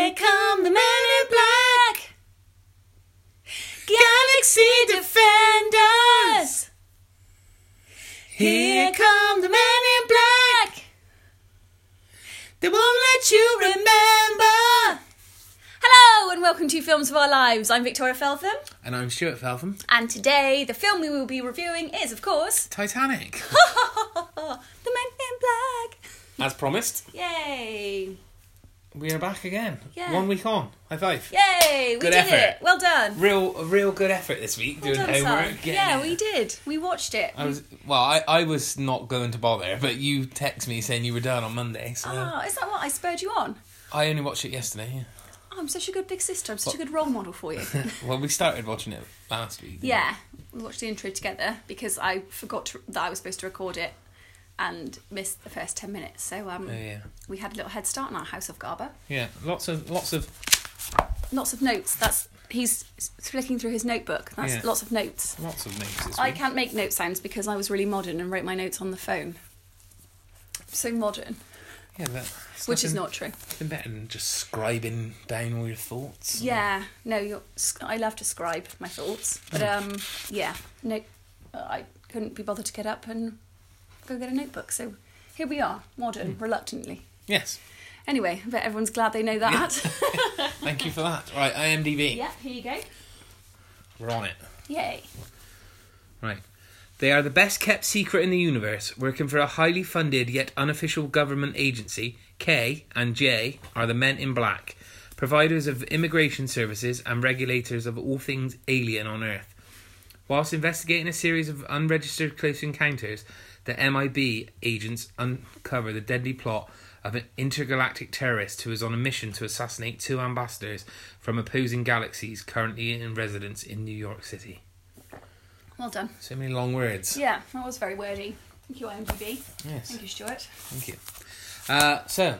the man in black. Galaxy Defenders. Here come the man in black. They won't let you remember. Hello and welcome to Films of Our Lives. I'm Victoria Feltham, And I'm Stuart Feltham. and today the film we will be reviewing is, of course, Titanic. The Man in As promised, Black. Yay! we are back again. Yeah. One week on. High five. Yay! We Good did effort. it. Well done. Real, a real good effort this week Well doing done, son. homework. Yeah, we did. We watched it. I was well. I, I was not going to bother, but you text me saying you were done on Monday, so Oh, is that what I spurred you on? I only watched it yesterday. Oh, I'm such a good big sister. I'm such a good role model for you. Yeah. well, we started watching it last week. didn't we? yeah, we watched the intro together because I forgot to, that I was supposed to record it and missed the first ten minutes. So um, Oh, yeah. we had a little head start in our House of Garber. Yeah. Lots of lots of lots of notes. That's he's flicking through his notebook. That's Yeah. lots of notes. lots of names this I week. can't make note sounds because I was really modern and wrote my notes on the phone. So modern, Yeah, that, it's which is nothing- not true. nothing better than just scribing down all your thoughts. Yeah, no, you're, sc- I love to scribe my thoughts, but um, yeah, no, I couldn't be bothered to get up and go get a notebook. So here we are, modern, reluctantly. Yes. Anyway, I bet everyone's glad they know that. Thank you for that. Right, IMDb. yeah, here you go. We're on it. Yay. Right. They are the best kept secret in the universe, working for a highly funded yet unofficial government agency. K and J are the men in black, providers of immigration services and regulators of all things alien on Earth. Whilst investigating a series of unregistered close encounters, the MIB agents uncover the deadly plot of an intergalactic terrorist who is on a mission to assassinate two ambassadors from opposing galaxies currently in residence in New York City. Well done. So many long words. Yeah, that was very wordy. Thank you, IMDb. Yes. Thank you, Stuart. Thank you. Uh, so,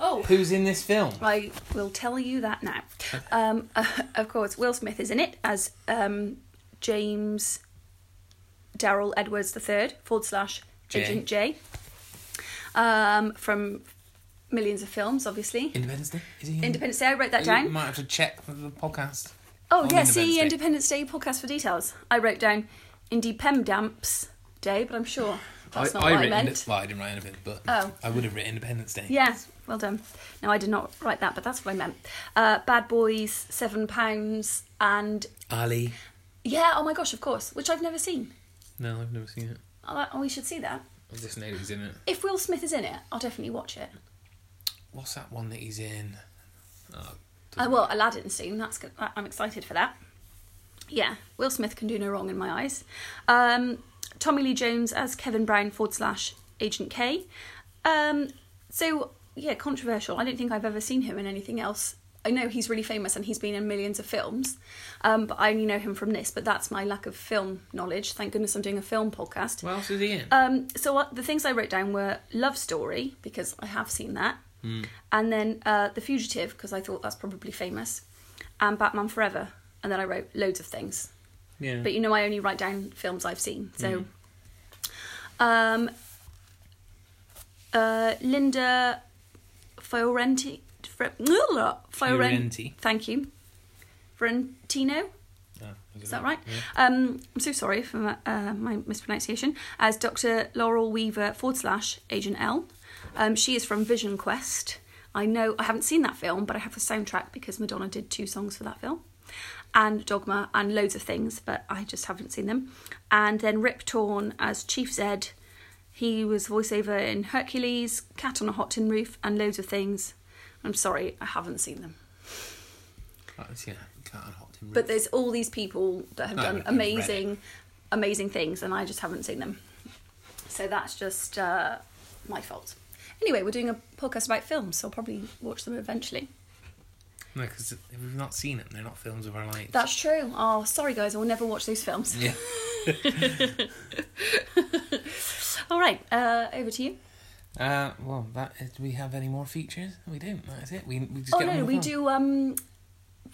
Oh, who's in this film? I will tell you that now. Um, uh, of course, Will Smith is in it as um, James Daryl Edwards III forward slash J. Agent J um, from millions of films, obviously. Independence Day? Is he in Independence Day. I wrote that You down. might have to check the podcast. Oh on yeah, see Independence Independence Day podcast for details. I wrote down Independamps Day, but I'm sure that's not what I written meant. it- well, I didn't write anything, but Oh. I would have written Independence Day. Yeah, well done. No, I did not write that, but that's what I meant. Uh, Bad Boys, Seven Pounds, and Ali. Yeah, oh my gosh, of course, which I've never seen. No, I've never seen it. Oh, that- oh, we should see that. I just know he's in it. If Will Smith is in it, I'll definitely watch it. What's that one that he's in? Oh, Uh, well, Aladdin soon. That's good. I- I'm excited for that. Yeah, Will Smith can do no wrong in my eyes. Um, Tommy Lee Jones as Kevin Brown forward slash Agent K. Um, so yeah, controversial. I don't think I've ever seen him in anything else. I know he's really famous and he's been in millions of films, um, but I only know him from this. But that's my lack of film knowledge. Thank goodness I'm doing a film podcast. what else is he in? Um, so what, the things I wrote down were Love Story because I have seen that, and then uh, The Fugitive because I thought that's probably famous, and Batman Forever. And then I wrote loads of things, yeah. but you know I only write down films I've seen. So, um, uh, Linda Fiorenti, Fre- Fiorenti, Fiorenti. thank you, Fiorentino. Oh, Is that right? Um, I'm so sorry for my, uh, my mispronunciation. As Dr. Laurel Weaver forward slash Agent L, um, she is from Vision Quest. I know I haven't seen that film, but I have the soundtrack because Madonna did two songs for that film, and Dogma and loads of things, but I just haven't seen them. And then Rip Torn as Chief Zed. He was voiceover in Hercules, Cat on a Hot Tin Roof, and loads of things. I'm sorry, I haven't seen them. Oh, it's, yeah. Cat and Hot Tin But Roof. there's all these people that have I done haven't read it. amazing, amazing things, and I just haven't seen them. So that's just uh, my fault. Anyway, we're doing a podcast about films, so I'll probably watch them eventually. No, because we've not seen them. They're not films of our lives. That's true. Oh, sorry guys, I will never watch those films. Yeah. All right, uh, over to you. Uh, well, that is, do we have any more features? We don't. That is it. We, we just Oh get on no, with we film. do. Um,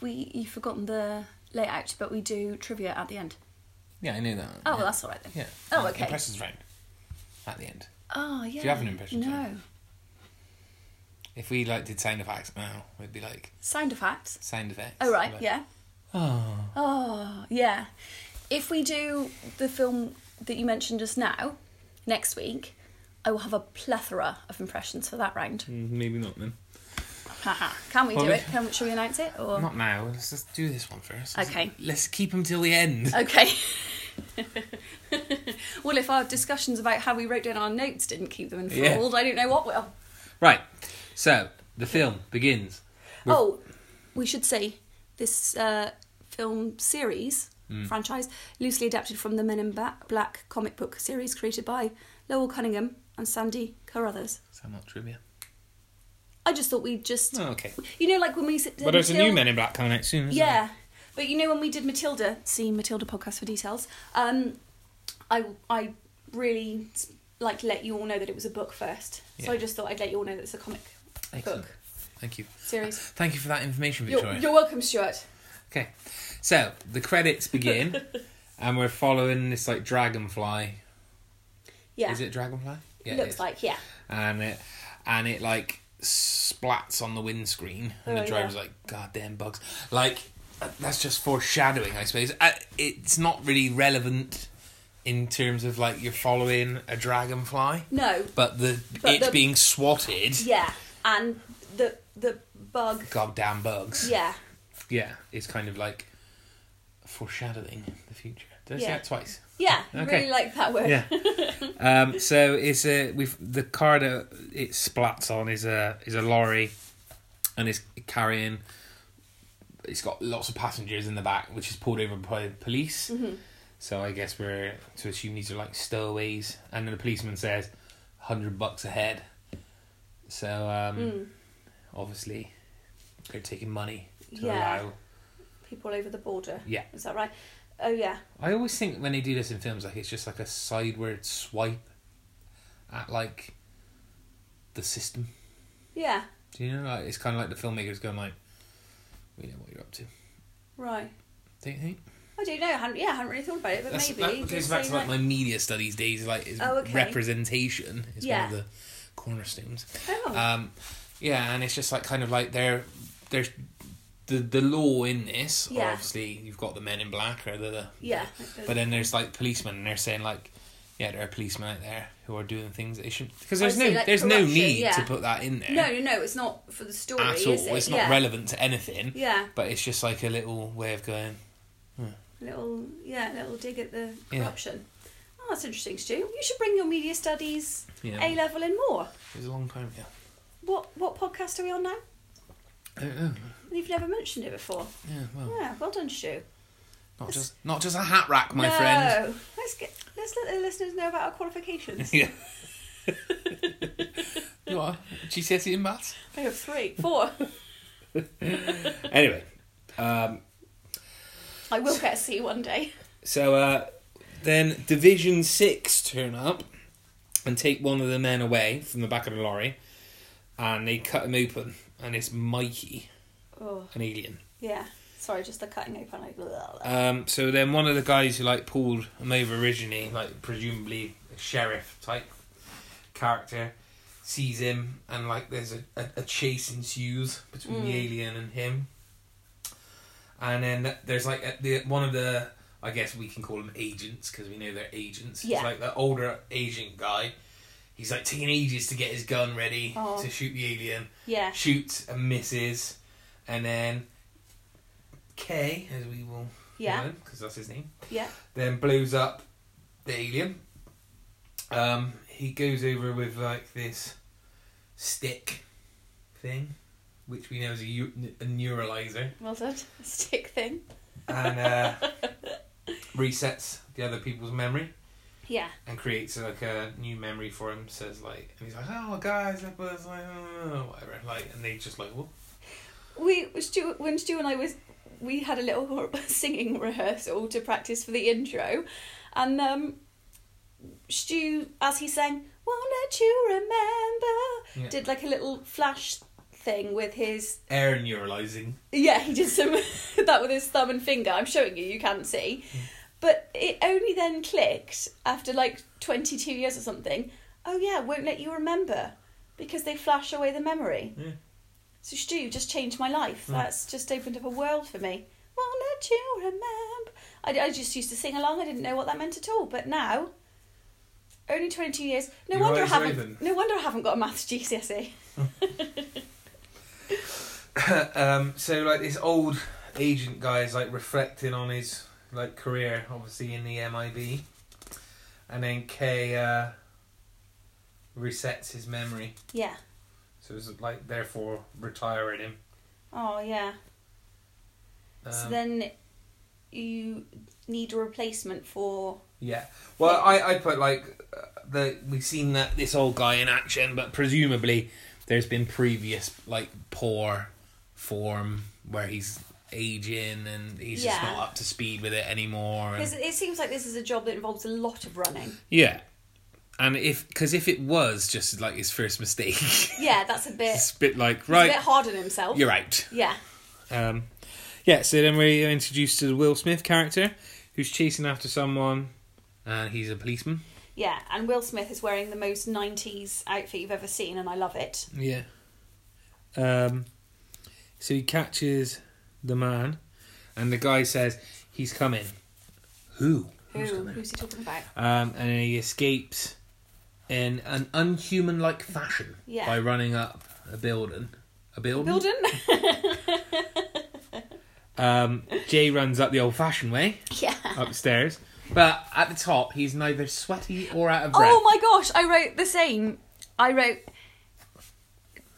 we you've forgotten the layout, but we do trivia at the end. Yeah, I knew that. Oh, yeah. well, that's all right then. Yeah. Oh, Uh, okay. Impressions round at the end. Oh yeah. you have an impression, No. Jane? If we like did sound effects now, we'd be like Sound effects. sound effects. Oh right, like, yeah. Oh, Oh yeah. If we do the film that you mentioned just now next week, I will have a plethora of impressions for that round. mm, maybe not then. Haha. Can we Well, do we- it? Can we, shall we announce it or? Not now. Let's just do this one first. Let's- Okay. Let's keep them till the end. Okay. well, if our discussions about how we wrote down our notes didn't keep them Yeah. enthralled, I don't know what will. Right. So the film begins. We're- Oh, we should say this uh, film series Hmm. franchise loosely adapted from the Men in Ba- Black comic book series created by Lowell Cunningham and Sandy Carruthers. So not trivia. I just thought we'd just, Oh, okay. you know, like when we sit. But there's a new Matilda- Men in Black coming out soon. Isn't Yeah, but you know when we did Matilda, see Matilda podcast for details. Um, I I really like to let you all know that it was a book first, so Yeah. I just thought I'd let you all know that it's a comic there? Excellent. book Thank you. series. Thank you for that information, You're, Victoria. you're welcome, Stuart. Okay. So the credits begin, and we're following this like dragonfly. Yeah, Is it dragonfly? it looks is. like yeah. and it and it like splats on the windscreen and Oh, the driver's yeah. like goddamn bugs like uh, that's just foreshadowing i suppose uh, it's not really relevant in terms of like you're following a dragonfly No, but the But it the- being swatted yeah, and the the bug. goddamn bugs Yeah, yeah it's kind of like foreshadowing the future did i say Yeah. that twice yeah. Okay. Really like that word. yeah. Um, so it's a we've the car that it splats on is a is a lorry, and it's carrying. It's got lots of passengers in the back, which is pulled over by the police. So I guess we're to assume these are like stowaways, and then the policeman says, hundred bucks a head." So um, Mm. obviously, they're taking money to Yeah. allow. People over the border. Yeah, Is that right? Oh yeah. I always think when they do this in films, like it's just like a sideward swipe at like the system. Yeah. Do you know? Like it's kind of like the filmmakers going like, "We know what you're up to." Right. Don't you think? I don't know. I hadn't, yeah, I hadn't really thought about it, but That's, maybe. that goes just back say to like that- my media studies days. Like is Oh, okay. representation is Yeah. one of the cornerstones. Oh. Um, yeah, and it's just like kind of like they're they're the the law in this. Yeah. Obviously, you've got the men in black or the Yeah. But uh, then there's like policemen, and they're saying like, yeah, there are policemen out there who are doing things that they shouldn't. Because there's no Obviously, like, there's no corruption, need to yeah. put that in there no, no, no, it's not for the story. at all. Is it? It's not yeah. relevant to anything. Yeah, But it's just like a little way of going. little yeah, little dig at the Yeah. corruption. Oh, that's interesting, Stu. You should bring your media studies Yeah, A level and more. it was a long time ago. What what podcast are we on now? I don't know. You've never mentioned it before. Oh, Yeah, well, Yeah, well done, Stu. not just not just a hat rack, my no, friend. let's get let's let the listeners know about our qualifications. Yeah. you are GCSE in maths. I have three, four. Anyway, um, I will get a C one day. So uh, then Division 6 turn up and take one of the men away from the back of the lorry and they cut him open and it's Mikey, Oh an alien. yeah. Sorry, just the cutting open. Like, blah, blah, blah. Um, so then one of the guys who like pulled him over originally, like presumably a sheriff type character, sees him and like there's a, a, a chase ensues between the Mm. alien and him. And then th- there's like a, the one of the I guess we can call them agents because we know they're agents. It's Yeah. like the older agent guy. He's like taking ages to get his gun ready Oh. to shoot the alien yeah. shoots and misses, and then K, as we will Yeah. because that's his name, Yeah. then blows up the alien. Um, he goes over with like this stick thing, which we know is a, eu- a neuralizer, Well done. Stick thing. and uh, resets the other people's memory Yeah. and creates like a new memory for him. Says like, and he's like, "Oh, guys, that was like, uh, whatever." Like, and they just like, "Well, We Stu, when Stu and I was we had a little singing rehearsal to practice for the intro, and um, Stu as he sang "Won't Let You Remember" Yeah. did like a little flash thing with his air neuralizing." yeah he did some that with his thumb and finger. I'm showing you you can't see, Mm. but it only then clicked after like 22 years or something. Oh yeah, won't let you remember. because they flash away the memory. Yeah. So Stu you just changed my life. Mm. That's just opened up a world for me. Won't let you remember. I, I just used to sing along. I didn't know what that meant at all. But now, only twenty two years. No Your wonder I eyes haven't. open. No wonder I haven't got a maths GCSE. um, so like this old agent guy is like reflecting on his like career, obviously in the MIB, and then Kay uh, resets his memory. Yeah. So it's like therefore retiring him. Oh yeah. Um, so then, you need a replacement for. yeah. Well, I, I put like uh, the we've seen that this old guy in action, but presumably there's been previous like poor form where he's aging and he's just Yeah. not up to speed with it anymore. and- Because it seems like this is a job that involves a lot of running. Yeah. And if, because if it was just like his first mistake, Yeah, that's a bit. it's a bit like, He's right, a bit hard on himself. you're out. Yeah. Um, yeah, so then we are introduced to the Will Smith character who's chasing after someone and he's a policeman. Yeah, and Will Smith is wearing the most 90s outfit you've ever seen, and I love it. Yeah. Um, so he catches the man and the guy says, he's coming. Who? Who? Who's he talking about? Um, and he escapes in an unhuman like fashion Yeah. by running up a building. A building? Building? Um, Jay runs up the old fashioned way yeah. upstairs, but at the top, he's neither sweaty or out of breath. Oh my gosh, I wrote the same. I wrote,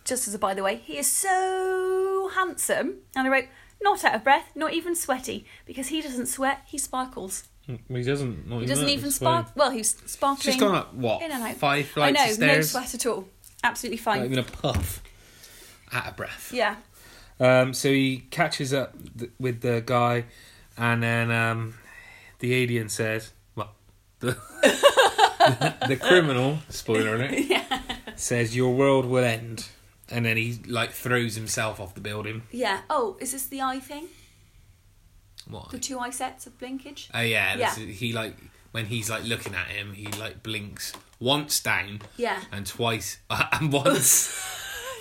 just as a by the way, he is so handsome. And I wrote, not out of breath, not even sweaty, because he doesn't sweat, he sparkles. he doesn't. Not He doesn't even spark. Well, he's He's sparkling. just gone up, what? in and out. Five I flights know, of no stairs? sweat at all. Absolutely Not fine. even a puff. Out of breath. Yeah. Um, so he catches up th- with the guy, and then um, the alien says, well, the, the criminal, spoiler alert, Yeah. says, Your world will end. And then he like throws himself off the building. Yeah. Oh, is this the eye thing? What? The two eye sets of blinkage? Oh yeah, that's Yeah. he like when he's like looking at him, he like blinks once down Yeah. and twice and once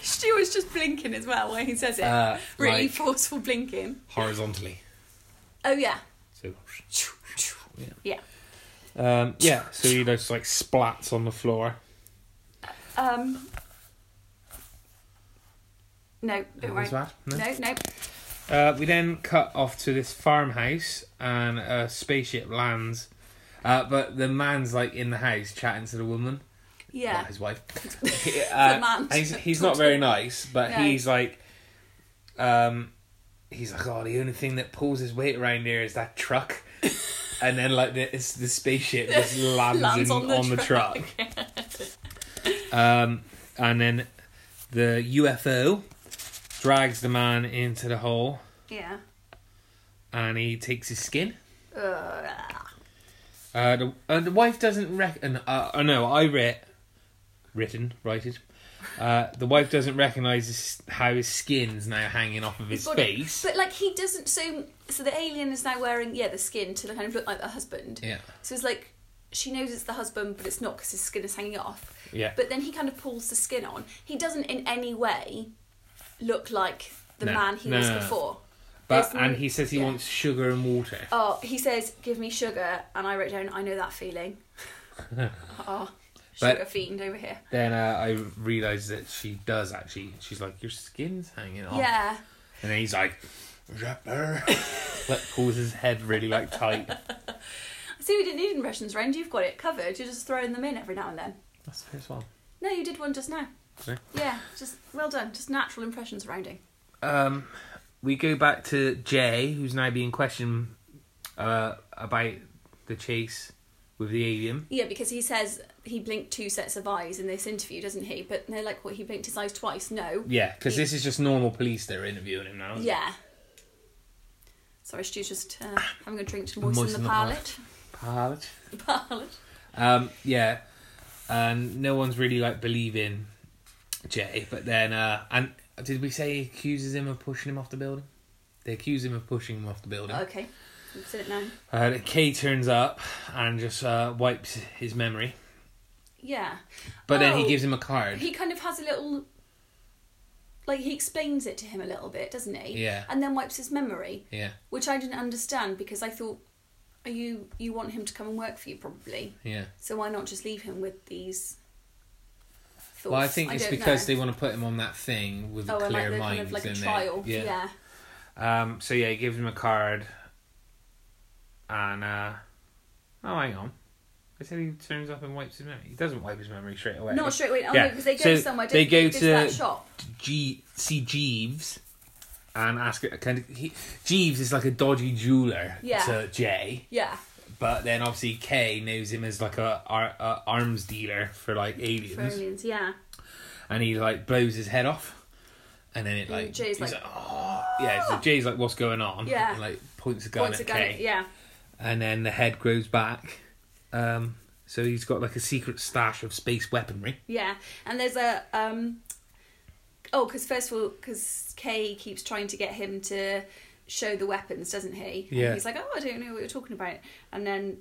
Stu was just blinking as well when he says it. Uh, really like- forceful blinking. horizontally. Oh yeah. So Yeah. um, yeah, so he just like splats on the floor. Um. No, don't worry. That was bad, No, no. no? Uh, we then cut off to this farmhouse and a spaceship lands. Uh, but the man's like in the house chatting to the woman. well, Yeah. his wife. Uh, man. and He's, he's not very nice, but No. he's like, um, he's like, oh, the only thing that pulls his weight around here is that truck, and then like the it's the spaceship just lands, Lands in, on on the the, truck. um, and then the UFO drags the man into the hole, Yeah. and he takes his skin. Uh, Uh, the, uh, the wife doesn't reckon. Uh, oh no, I read, written, righted. Uh, the wife doesn't recognise his, how his skin's now hanging off of his body. face. But like he doesn't. So so the alien is now wearing yeah the skin to kind of look like the husband. Yeah, So it's like she knows it's the husband, but it's not because his skin is hanging off. yeah. But then he kind of pulls the skin on. He doesn't in any way look like the No. man he No, was no, no. before. But there's n- and he says he yeah. wants sugar and water. Oh, he says, "Give me sugar," and I wrote down, "I know that feeling." oh, But- sugar fiend over here. Then uh, I realise that she does actually. She's like, your skin's hanging off. Yeah, And then he's like, rapper. like pulls his head really like tight. I see. We didn't need impressions round. You've got it covered. You're just throwing them in every now and then. That's the first one. No, you did one just now. Sorry? Yeah, just well done. Just natural impressions rounding. um, we go back to Jay, who's now being questioned uh, about the chase with the alien. Yeah, because he says he blinked two sets of eyes in this interview, doesn't he? But they're like, "What? He blinked his eyes twice?" No. Yeah, because this is just normal police. They're interviewing him now. Yeah. Sorry, Stu's just uh, having a drink to moisten, Moisten the the palate. palate. Pilot. The palate. Um, yeah, and no one's really like believing Jay. But then, uh, and did we say he accuses him of pushing him off the building? They accuse him of pushing him off the building. Okay, that's it now. Uh, Kay turns up and just uh, wipes his memory. yeah. But then he Oh, gives him a card. He kind of has a little. Like he explains it to him a little bit, doesn't he? Yeah. And then wipes his memory, yeah, which I didn't understand because I thought, "Are you you want him to come and work for you probably? yeah. So why not just leave him with these?" Thoughts? Well, I think it's don't because know. they want to put him on that thing with oh, a and like clear the mind. kind of like a don't they? trial, Yeah. yeah. Um, so yeah, he gives him a card, and uh, oh, hang on. I said he turns up and wipes his memory. He doesn't wipe his memory straight away. Not straight away. Oh, Yeah. no, because they go So somewhere. they Don't they go go to- to that shop. G- see Jeeves and ask kind of he, Jeeves is like a dodgy jeweler Yeah. to Jay, Yeah, but then obviously Kay knows him as like a, ar- a arms dealer for like aliens, for aliens. Yeah, and he like blows his head off, and then it And like Mm, Jay's he's like, "Ah." "Oh." yeah, so Jay's like what's going on? Yeah. and, like points a gun points a at gun. Kay, At, yeah, and then the head grows back, um, so he's got like a secret stash of space weaponry. yeah. And there's a um. Oh, because first of all, because Kay keeps trying to get him to show the weapons, doesn't he? And Yeah. he's like, oh, I don't know what you're talking about, and then.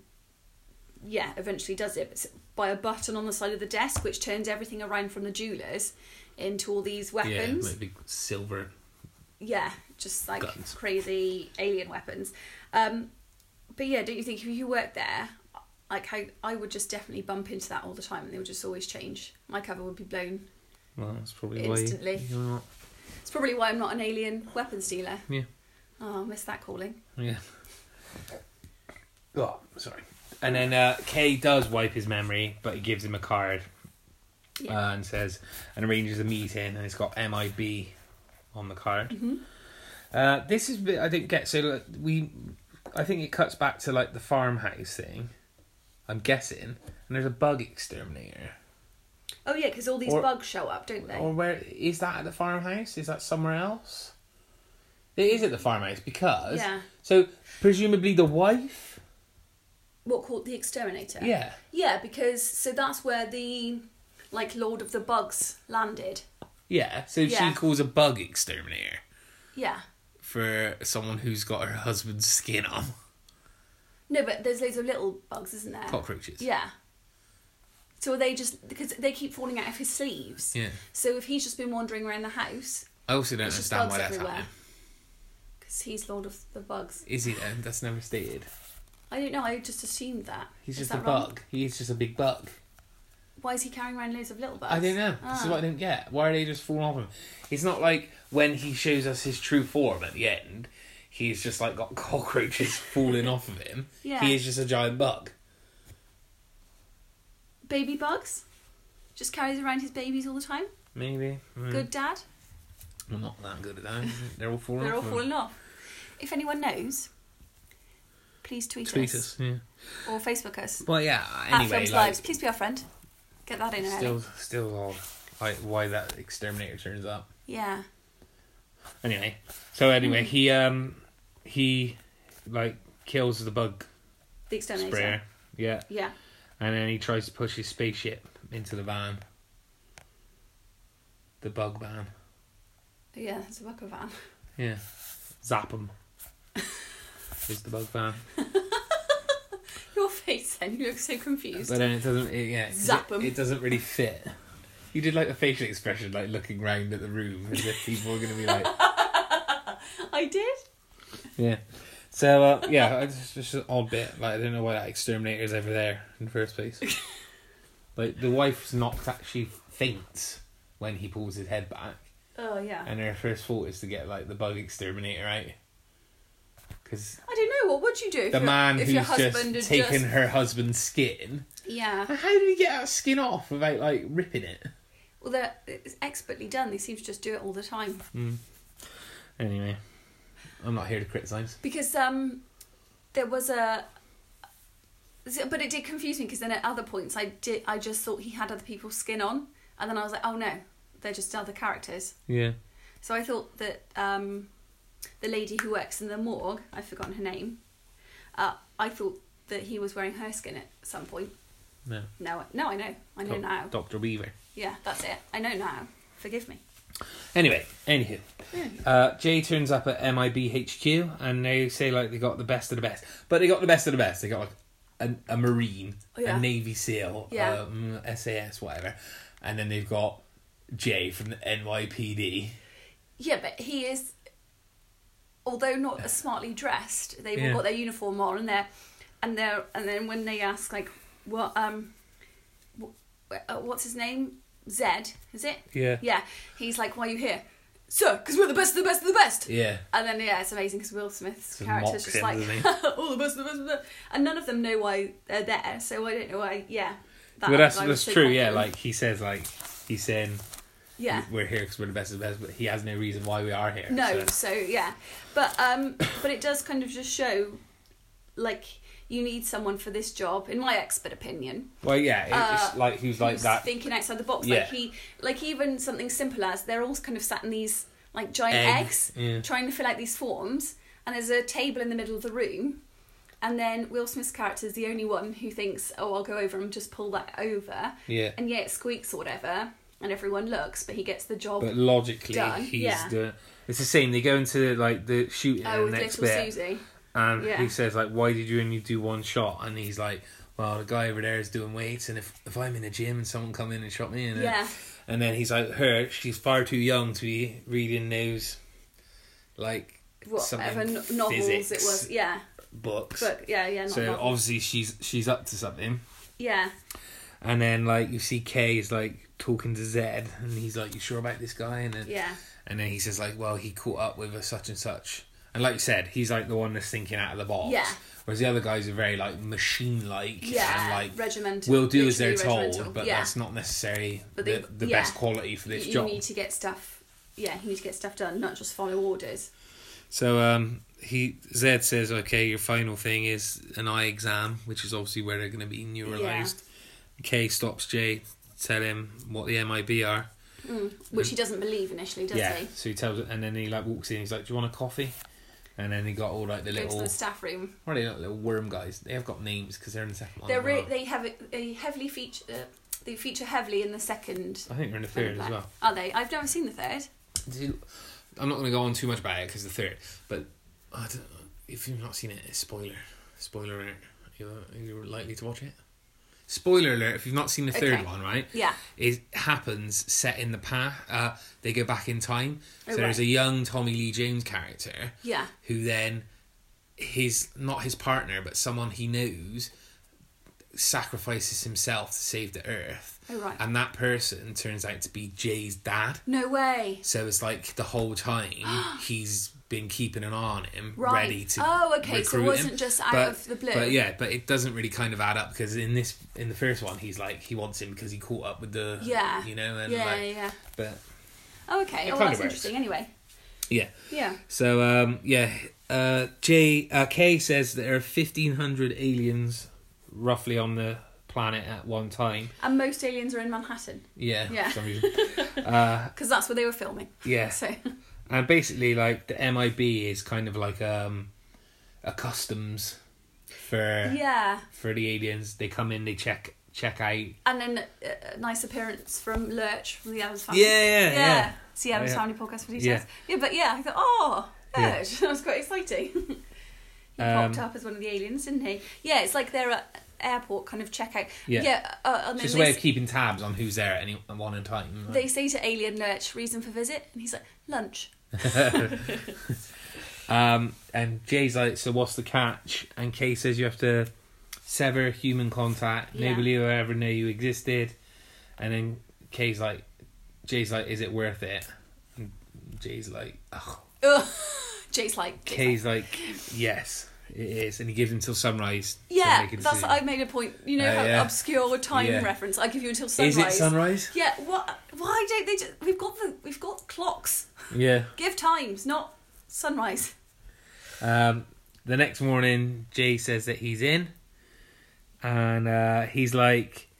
Yeah, eventually does it but it's by a button on the side of the desk, which turns everything around from the jewelers into all these weapons. Yeah, like big silver yeah, just like Guns. crazy alien weapons. Um, but yeah, don't you think if you worked there, like I, I would just definitely bump into that all the time, and they would just always change. My cover would be blown. Well, that's probably why Instantly. you- you're not. It's probably why I'm not an alien weapons dealer. Yeah. Oh, I miss that calling. Yeah. Oh, sorry. And then uh, Kay does wipe his memory, but he gives him a card Yeah. uh, and says, and arranges a meeting, and it's got MIB on the card. Mm-hmm. Uh, this is a bit I didn't get. So like, we, I think it cuts back to like the farmhouse thing. I'm guessing, and there's a bug exterminator. oh yeah, because all these Or- bugs show up, don't they? Or where is that at the farmhouse? Is that somewhere else? It is at the farmhouse because Yeah. so presumably the wife. what called the exterminator? Yeah. Yeah, because so that's where the like Lord of the Bugs landed. Yeah. So Yeah. she calls a bug exterminator Yeah. for someone who's got her husband's skin on. No, but there's loads of little bugs, isn't there? Cockroaches. Yeah. So are they just because they keep falling out of his sleeves? Yeah. So if he's just been wandering around the house, I also don't it's just understand bugs why that's everywhere. happening. Because he's Lord of the Bugs. Is he then? That's never stated. I don't know. I just assumed that. He's Is just that a wrong? bug. He's just a big bug. Why is he carrying around loads of little bugs? Ah. I don't know. This is what I don't get. Why are they just falling off him? It's not like when he shows us his true form at the end, he's just like got cockroaches falling off of him. Yeah. He is just a giant bug. Baby bugs. Just carries around his babies all the time. Maybe. Mm. Good dad. Well, not that good at that. They're all falling They're all off. of him. falling off. If anyone knows, please tweet, Tweet us. Yeah. or Facebook us. Well, yeah. At Anyway, Films like, Lives. Please be our friend. Get that in early. still, still odd. Like why that exterminator turns up. Yeah. Anyway, so Mm. anyway, he um, he, like kills the bug The exterminator. sprayer. Yeah. Yeah. And then he tries to push his spaceship into the van. The bug van. Oh, Yeah, that's a bucker van. Yeah. Zap him. Is the bug van. Your face then, you look so confused. But then it doesn't, it, yeah. 'cause Zap it, 'em. It doesn't really fit. You did like the facial expression, like looking round at the room as if people were going to be like, uh, I did? yeah. So, uh, yeah, it's just an odd bit. Like, I don't know why that exterminator's ever there in the first place. like, the wife's knocked out, she faints when he pulls his head back. Oh, yeah. and her first thought is to get like the bug exterminator out because I don't know, what would you do if the your, man if who's your just husband had taken just... her husband's skin Yeah. how did he get that skin off without like ripping it Well, they're it's expertly done. They seem to just do it all the time. anyway i'm not here to criticize Because um, there was a... so- But it did confuse me because then at other points I did I just thought he had other people's skin on. And then I was like, oh no, they're just other characters. yeah So I thought that um, the lady who works in the morgue, I've forgotten her name, uh, I thought that he was wearing her skin at some point. no No, no, I know. I know Doc- now. dr weaver Yeah, that's it. I know now. Forgive me. anyway anywho uh, jay turns up at mib hq and they say like they got the best of the best but they got the best of the best they got like a, a marine, Oh, yeah. a navy seal, Yeah. um, SAS, whatever, and then they've got Jay from the NYPD. Yeah, but he is, although not as smartly dressed, they've Yeah. all got their uniform on, and they're, and they're, and then when they ask like, what um, wh- uh, what's his name? Zed, is it? Yeah. Yeah, he's like, why are you here? Sir, because we're the best of the best of the best. Yeah, And then yeah, it's amazing because Will Smith's Just character's mocks just him, like, doesn't he? all the best, of the best, of the best, and none of them know why they're there. So I don't know why. Yeah. That well, other that's guy was that's so true. Yeah, confident. like he says, like he's saying yeah. we're here because we're the best of the best, but he has no reason why we are here. No, so- so yeah, but um, but it does kind of just show, like you need someone for this job, in my expert opinion. Well, yeah, it, it's Uh, like he was like Who's that. thinking outside the box, Yeah. like he, like even something simple as they're all kind of sat in these like giant Egg, eggs, yeah. trying to fill out these forms, and there's a table in the middle of the room. And then Will Smith's character is the only one who thinks, "Oh, I'll go over and just pull that over," yeah, and yeah, it squeaks or whatever, and everyone looks, but he gets the job. but logically, Done, he's yeah. the. It's the same. They go into like the shooting oh, with next little bit, Susie. and Yeah. he says like, "Why did you only do one shot?" And he's like, "Well, the guy over there is doing weights, and if if I'm in a gym and someone come in and shot me, and Yeah. and then he's like, her, she's far too young to be reading those, like whatever something no- novels physics it was. Yeah, books. book. Yeah, yeah, not so novels. obviously she's she's up to something. yeah, And then like you see Kay is like talking to Zed, and he's like, "You sure about this guy?" And then yeah, and then he says like, "Well, he caught up with a such and such." And like you said, he's like the one that's thinking out of the box. Yeah. Whereas the other guys are very like machine like yeah. and like regimental. will do as they're literally told, regimental. but yeah. that's not necessarily But the, they- the yeah. best quality for this you, job. You need to get stuff. Yeah, you need to get stuff done, not just follow orders. So um, he Zed says, "Okay, your final thing is an eye exam, which is obviously where they're going to be neuralized." Kay stops Jay, tell him what the MIB are. Which he doesn't believe initially, does Mm-hmm. he? yeah. So he tells, and then he like walks in. He's like, "Do you want a coffee?" And then he got all like the Go to little, the staff room. what are they, like, little worm guys? They have got names because they're in the second one. They're as well. re- they have a, a heavily feature. Uh, they feature heavily in the second. I think they're in the third as well. Are they? I've never seen the third. Did you- I'm not going to go on too much about it because the third, but I don't, if you've not seen it, it's spoiler, spoiler alert. You're, you're likely to watch it. Spoiler alert! If you've not seen the third Okay. one, right? Yeah. It happens set in the past. Uh, they go back in time. So Oh, there's right. a young Tommy Lee Jones character Yeah. who then his not his partner but someone he knows sacrifices himself to save the earth. Oh, right. And that person turns out to be Jay's dad. No way. So it's like the whole time he's been keeping an eye on him, Right. ready to. Oh, okay, so it recruit him. wasn't just out But- of the blue. But yeah, but it doesn't really kind of add up because in this, in the first one, he's like he wants him because he caught up with the. Yeah. Uh, You know, and yeah, like, yeah, yeah. but Oh, okay. It oh, kinda that's works. interesting. Anyway. yeah. Yeah. So um, yeah, uh, J uh, K says there are fifteen hundred aliens roughly on the planet at one time. And most aliens are in Manhattan Yeah. for Yeah. some reason. because that's where they were filming. Yeah. So. And basically, like the MIB is kind of like um, a customs for Yeah, for the aliens. They come in, they check check out. and then a, a nice appearance from Lurch from the Adams Family. Yeah, yeah, yeah. See Adams Yeah. Family podcast for details. Yeah. Yeah. but yeah, I thought, oh, Yeah. Lurch, that was quite exciting. he Um, popped up as one of the aliens, didn't he? Yeah, it's like they're at airport kind of checkout. Yeah. yeah uh, and then It's Just a they, way of s- keeping tabs on who's there at any one in time. they say to alien Lurch, reason for visit, and he's like, lunch. Um, and Jay's like, so what's the catch? And Kay says you have to sever human contact. Yeah. Nobody will ever know you existed. And then Kay's like, Jay's like, is it worth it? And Jay's like, ugh. Ugh. Jay's like, Jay's like, Kay's like, yes, it is. And he gives him till sunrise. to yeah, make a that's decision. I made a point. You know Oh, how yeah. obscure time Yeah. reference. I give you until sunrise. Is it sunrise? Yeah, what? Why don't they? Just, we've got the we've got clocks. Yeah. Give times, not sunrise. Um, the next morning, Jay says that he's in, and uh, he's like,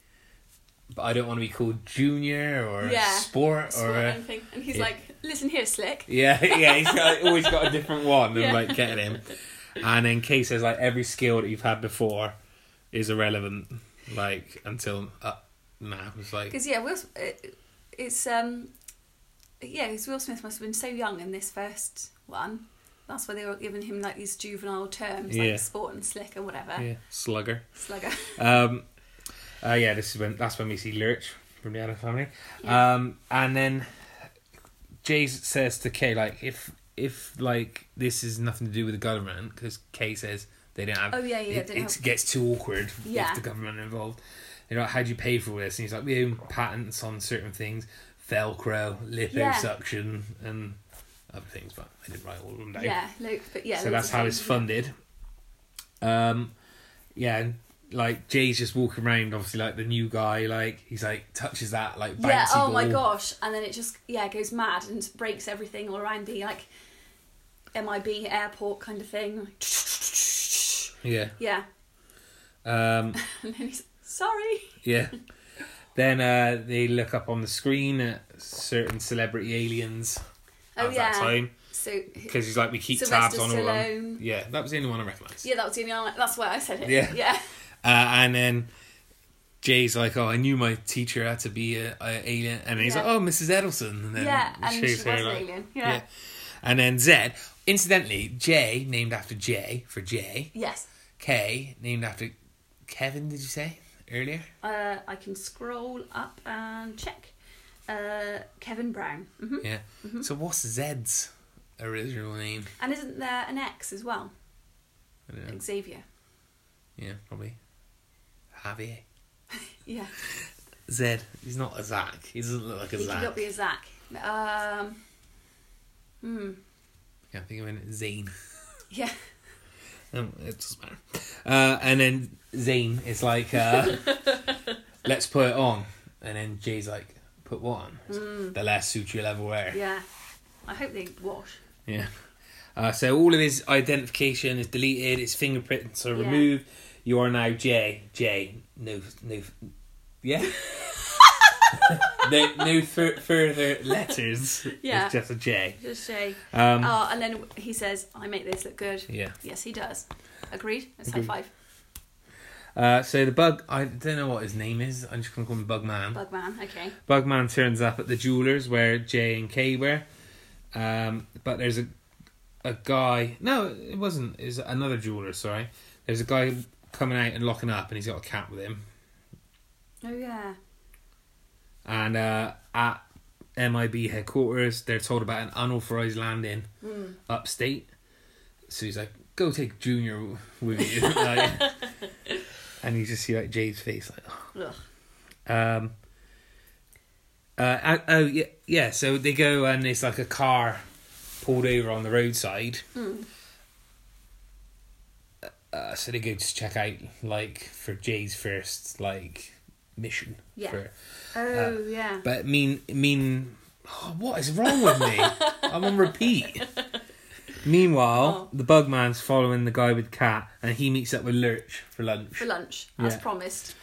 "But I don't want to be called junior or Yeah. sport or." Sport uh, anything. And he's yeah. like, listen here, slick. yeah, yeah, he's got, always got a different one. Yeah. And like getting him, and then Kay says like every skill that you've had before is irrelevant, like until uh, nah, it was like Because yeah, Will, Sm- uh, it's um, yeah, 'cause Will Smith must have been so young in this first one. That's why they were giving him like these juvenile terms Yeah. like sport and slick or whatever. Yeah, slugger. Slugger. Um, uh, yeah, this is when that's when we see Lurch from the Adams family, Yeah. um, and then Jay says to Kay like if if like this is nothing to do with the government because Kay says they don't have Oh, yeah, yeah, it, they don't it have- gets too awkward Yeah. if the government are involved. You know, how do you pay for all this? And he's like, we own patents on certain things, Velcro, liposuction, and other things, but I didn't write all of them down yeah, Luke. But yeah. so loads that's of how things. it's funded. Um, yeah, and like Jay's just walking around, obviously, like the new guy, like he's like touches that, like bouncy Yeah. Oh my ball. gosh! And then it just yeah goes mad and breaks everything all around the like MIB airport kind of thing. Yeah, Yeah. um, And then he's sorry. yeah. then uh, they look up on the screen at certain celebrity aliens Oh at yeah. that time So because he's like we keep Sylvester tabs on all of them. Stallone. Yeah, that was the only one I recognised. yeah, that was the only one. That's why I said it. Yeah. Yeah. Uh, and then Jay's like, "Oh, I knew my teacher had to be a, a alien," and he's Yeah. like, "Oh, Mrs. Edelson," and then yeah. And she shows was her, an like- alien. Yeah. And then Z, incidentally, J named after J for J. Yes. K named after Kevin. Did you say earlier? Uh, I can scroll up and check. Uh, Kevin Brown. hmm Yeah. So what's Z's original name? And isn't there an X as well? I don't know. Xavier. Yeah, probably Javier. Yeah. Z. He's not a Zach. He doesn't look like He a could Zach. not be a Zach. Um, hmm. Can't think of it. Zane. Yeah. Um, it doesn't matter. Uh, and then Zane is like, uh, "Let's put it on," and then Jay's like, "Put what on?" It's like, Mm. The last suit you'll ever wear. Yeah. I hope they wash. Yeah. Uh, so all of his identification is deleted. His fingerprints are Yeah. removed. You are now J. J. No. No. Yeah. no. No fur- further letters. Yeah. It's just a J. Just say. Um, oh, and then he says, "I make this look good." Yeah. Mm-hmm. Yes, he does. Agreed. It's Agreed. high five, Uh, so the bug. I don't know what his name is. I'm just gonna call him Bugman. Bugman. Okay. Bugman turns up at the jewelers where J and K were, um, but there's a a guy. No, it wasn't. It was another jeweler. Sorry, there's a guy coming out and locking up, and he's got a cat with him. Oh yeah. And uh, at MIB headquarters, they're told about an unauthorized landing upstate. So he's like, "Go take Junior with you," like, and you just see like Jay's face, like, Ugh. Um. Uh, and- oh yeah, yeah. So they go and it's like a car pulled over on the roadside. Hmm. Uh, so they go to check out like for Jay's first like mission. Yeah. For, Oh yeah. but mean mean, oh, what is wrong with me? I'm on repeat. Oh. Meanwhile, the bug man's following the guy with cat, and he meets up with Lurch for lunch. For lunch, as Yeah. promised.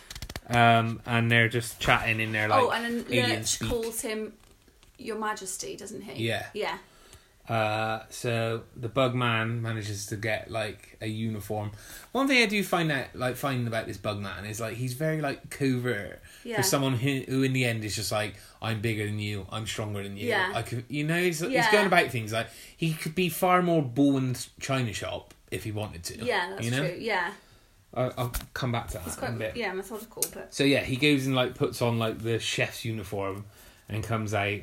Um, and they're just chatting in their like oh, and then alien Lurch speak. calls him Your Majesty, doesn't he? Yeah. Yeah. Uh, so the bug man manages to get like a uniform. One thing I do find out, like finding about this bug man is like he's very like covert Yeah. for someone who, who in the end is just like I'm bigger than you, I'm stronger than you. Yeah. I could, you know, he's, he's Yeah. going about things like he could be far more bull in china shop if he wanted to. Yeah, that's you know? true. Yeah. I, I'll come back to that It's in a quite bit. yeah methodical, but So yeah, he goes and like puts on like the chef's uniform and comes out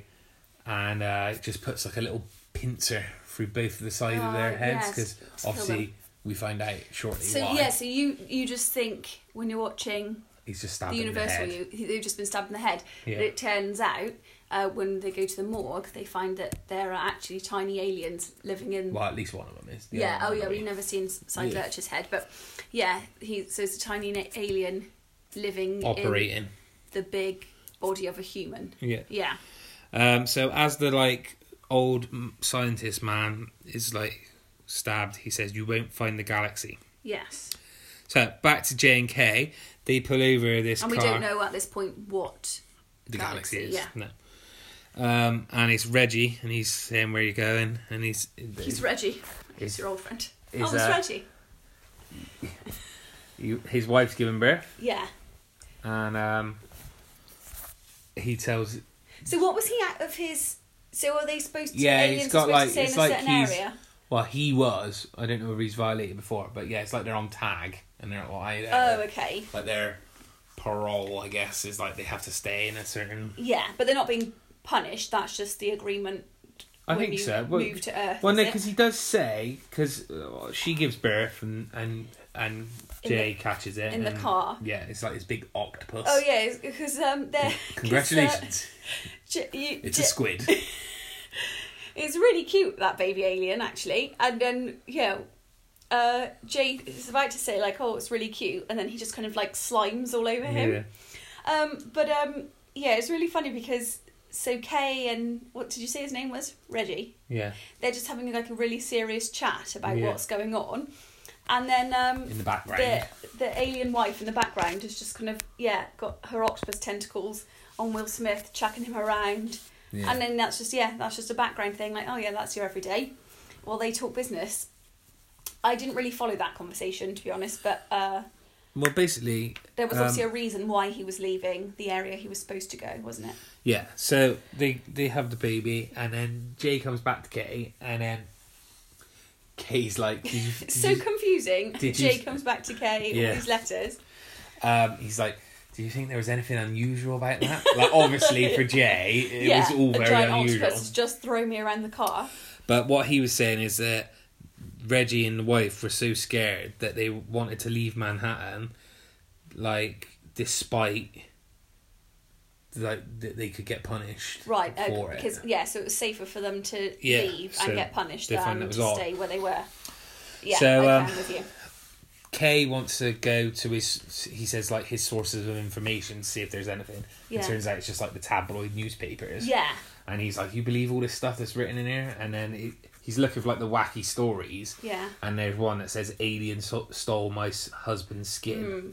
and uh, just puts like a little pincer through both of the sides of their Oh, heads yes. because Kill obviously we find out shortly so why yeah. So you you just think when you're watching he's just the stabbing Universal, the head. you they've just been stabbed in the head. Yeah. But it turns out uh, when they go to the morgue, they find that there are actually tiny aliens living in. Well, at least one of them is. The Yeah. other Oh one yeah. might We've be. never seen Side Yeah. Lurch's head, but yeah, he so it's a tiny na- alien living in operating. the big body of a human. Yeah. Yeah. Um, so as the like old mm, scientist man is like stabbed, he says, "You won't find the galaxy." Yes. So back to J and K, they pull over this And we car. don't know at this point what the galaxy, is. Yeah. No. Um, and it's Reggie, and he's saying where you going, and he's He's Reggie. He's Is- your old friend. is, oh, it's uh, Reggie. you- his wife's giving birth, Yeah. and um, he tells So what was he out of his? So are they supposed to? Yeah, he's aliens are got supposed like- to stay it's in a like certain he's- area. Well, he was. I don't know if he's violated before, but yeah, it's like they're on tag and they're well, I, uh, Oh, okay. like their parole, I guess, is like they have to stay in a certain. Yeah, but they're not being punished. That's just the agreement. I when think you so. Well, Move to Earth. Well, is no, it? because he does say because uh, she gives birth and and and In Jay catches it in the and- car. Yeah, it's like this big octopus. Oh yeah, because um, they're 'cause, uh, Congratulations, J- you- it's J- a squid. It's really cute that baby alien actually, and then yeah, uh, Jay is about to say like, "Oh, it's really cute," and then he just kind of like slimes all over yeah. him. Um, but um, yeah, it's really funny because so Kay and what did you say his name was Reggie? yeah, They're just having like a really serious chat about Yeah. what's going on, and then um, in the background. the the alien wife in the background has just kind of yeah got her octopus tentacles on Will Smith, chucking him around. yeah. And then that's just yeah, that's just a background thing. Like, oh yeah, that's your everyday. Well, they talk business. I didn't really follow that conversation to be honest, but uh, well, basically, there was um, obviously a reason why he was leaving the area he was supposed to go, wasn't it? Yeah, so they they have the baby, and then Jay comes back to Kay, and then Kay's like, did you, did It's so you- confusing. did you- Jay comes back to Kay, Yeah. all these letters. um, he's like, do you think there was anything unusual about that? like, obviously for Jay, it yeah, was all a very giant unusual. octopus just throw me around the car. But what he was saying is that Reggie and the wife were so scared that they wanted to leave Manhattan, like despite like that they could get punished Right, uh, for it. because yeah, so it was safer for them to Yeah, leave so and get punished they found than that to was odd. stay where they were. Yeah, So, I um, am with you. Kay wants to go to his, he says, like his sources of information, see if there's anything. Yeah. It turns out it's just like the tabloid newspapers. Yeah, And he's like, You believe all this stuff that's written in here? And then it, he's looking for like the wacky stories. yeah. And there's one that says, Alien so- stole my s- husband's skin. Hmm.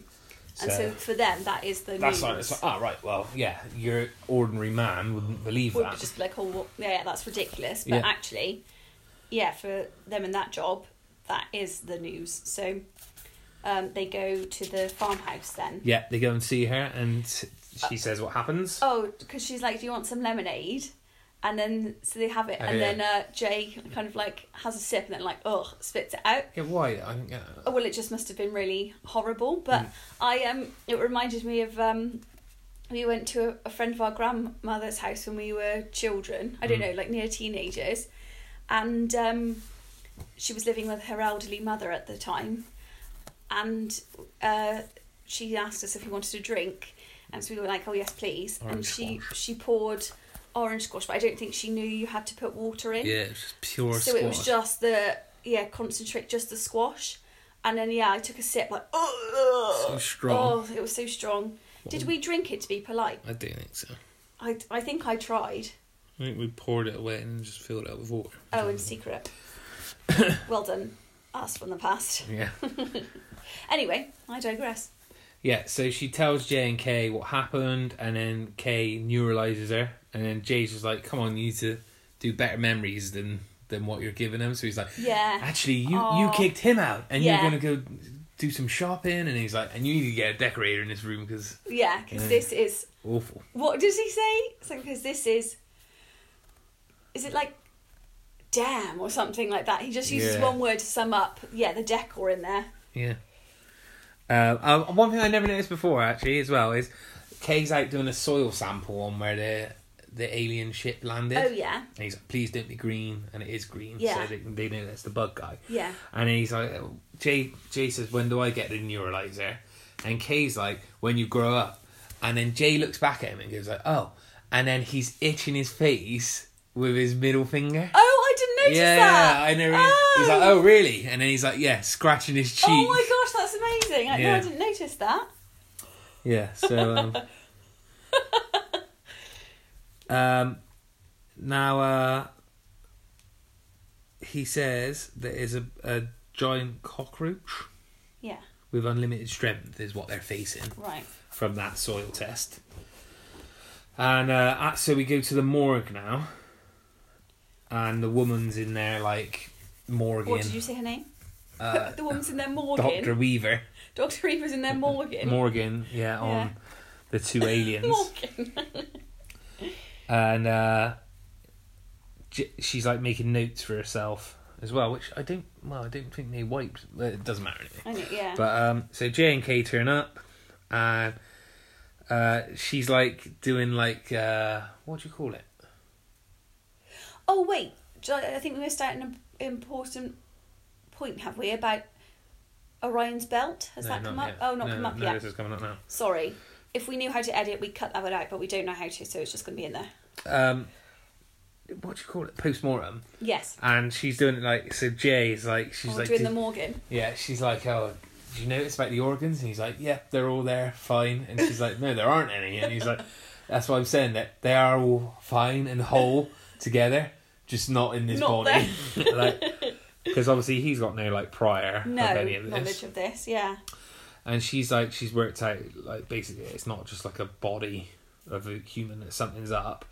And so, for them, that is the that's news. like, it's like, ah, right, well, yeah, your ordinary man wouldn't believe would that. just be like, oh, well, yeah, yeah, that's ridiculous. But Yeah. actually, yeah, for them in that job, that is the news. So um, they go to the farmhouse then. Yeah, they go and see her, and she says, What happens? Oh, because she's like, do you want some lemonade? And then, so they have it. Oh, and yeah. then uh, Jay kind of like has a sip and then, like, ugh, spits it out. Yeah, why? I don't get Oh, well, it just must have been really horrible. Hmm. But I um, it reminded me of um, we went to a, a friend of our grandmother's house when we were children. I don't Hmm. know, like near teenagers, and um, she was living with her elderly mother at the time, and uh, she asked us if we wanted a drink, and so we were like, "Oh yes, please." and Orange she squash. she poured orange squash, but I don't think she knew you had to put water in Yeah, it's just pure so it was squash. just the yeah concentrate just the squash and then yeah i took a sip like oh So strong. oh it was so strong did we drink it to be polite I don't think so. i, I think i tried I think we poured it away and just filled it up with water. oh in secret well done us from the past Yeah. anyway i digress Yeah, so she tells Jay and Kay what happened, and then Kay neuralizes her, and then Jay's just like, "Come on, you need to do better memories than than what you're giving him." So he's like, yeah "Actually, you you Aw. kicked him out, and Yeah. you're gonna go do some shopping." And he's like, "And you need to get a decorator in this room because yeah because Yeah. this is awful." what does he say something because this is is it like damn or something like that he just uses Yeah. one word to sum up yeah the decor in there Yeah. Um, um, one thing I never noticed before, actually, as well, is Kay's out doing a soil sample on where the the alien ship landed. oh yeah And he's like, please don't be green. And it is green. Yeah. So they, they know that's the bug guy. yeah And he's like, Jay, Jay says, when do I get the neuralizer? And Kay's like, when you grow up. And then Jay looks back at him and goes like, oh. And then he's itching his face with his middle finger. Oh, I didn't notice yeah, that. yeah, I know. Oh. He's like, oh, really? And then he's like, yeah, scratching his cheek. Oh my gosh, that's amazing! I, no, Yeah. I didn't notice that. Yeah, so um, um now uh he says there is a, a giant cockroach Yeah, with unlimited strength is what they're facing right. from that soil test. And uh at- so we go to the morgue now. And the woman's in there like What did you Morgan. say her name? Uh, the woman's in their Morgan. Doctor Weaver. Doctor Eve was in their Morgan. Morgan, yeah, on Yeah. the two aliens. Morgan. and uh, j- she's like making notes for herself as well, which I don't. Well, I don't think they wiped. well, It doesn't matter I anyway. know, yeah. But um, so J and K turn up, and uh, she's like doing like uh, what do you call it? oh wait, J- I think we missed out an im- important point, have we? About Orion's belt? Has that not come up? yet. Oh, not no, come up no, yet. This is coming up now. Sorry. If we knew how to edit, we'd cut that one out, but we don't know how to, so it's just going to be in there. Um, what do you call it? Post mortem, Yes. and she's doing it like so. Jay is like she's We're like Oh, doing "Did- the Morgan. Yeah, she's like, oh, did you notice about the organs? And he's like, yeah, they're all there, fine. And she's like, no, there aren't any. And he's like, that's what I'm saying that they are all fine and whole together, just not in this Not body. like, because obviously he's got no like prior No of any of knowledge this, of this. Yeah. and she's like, she's worked out like basically it's not just like a body of a human that something's up,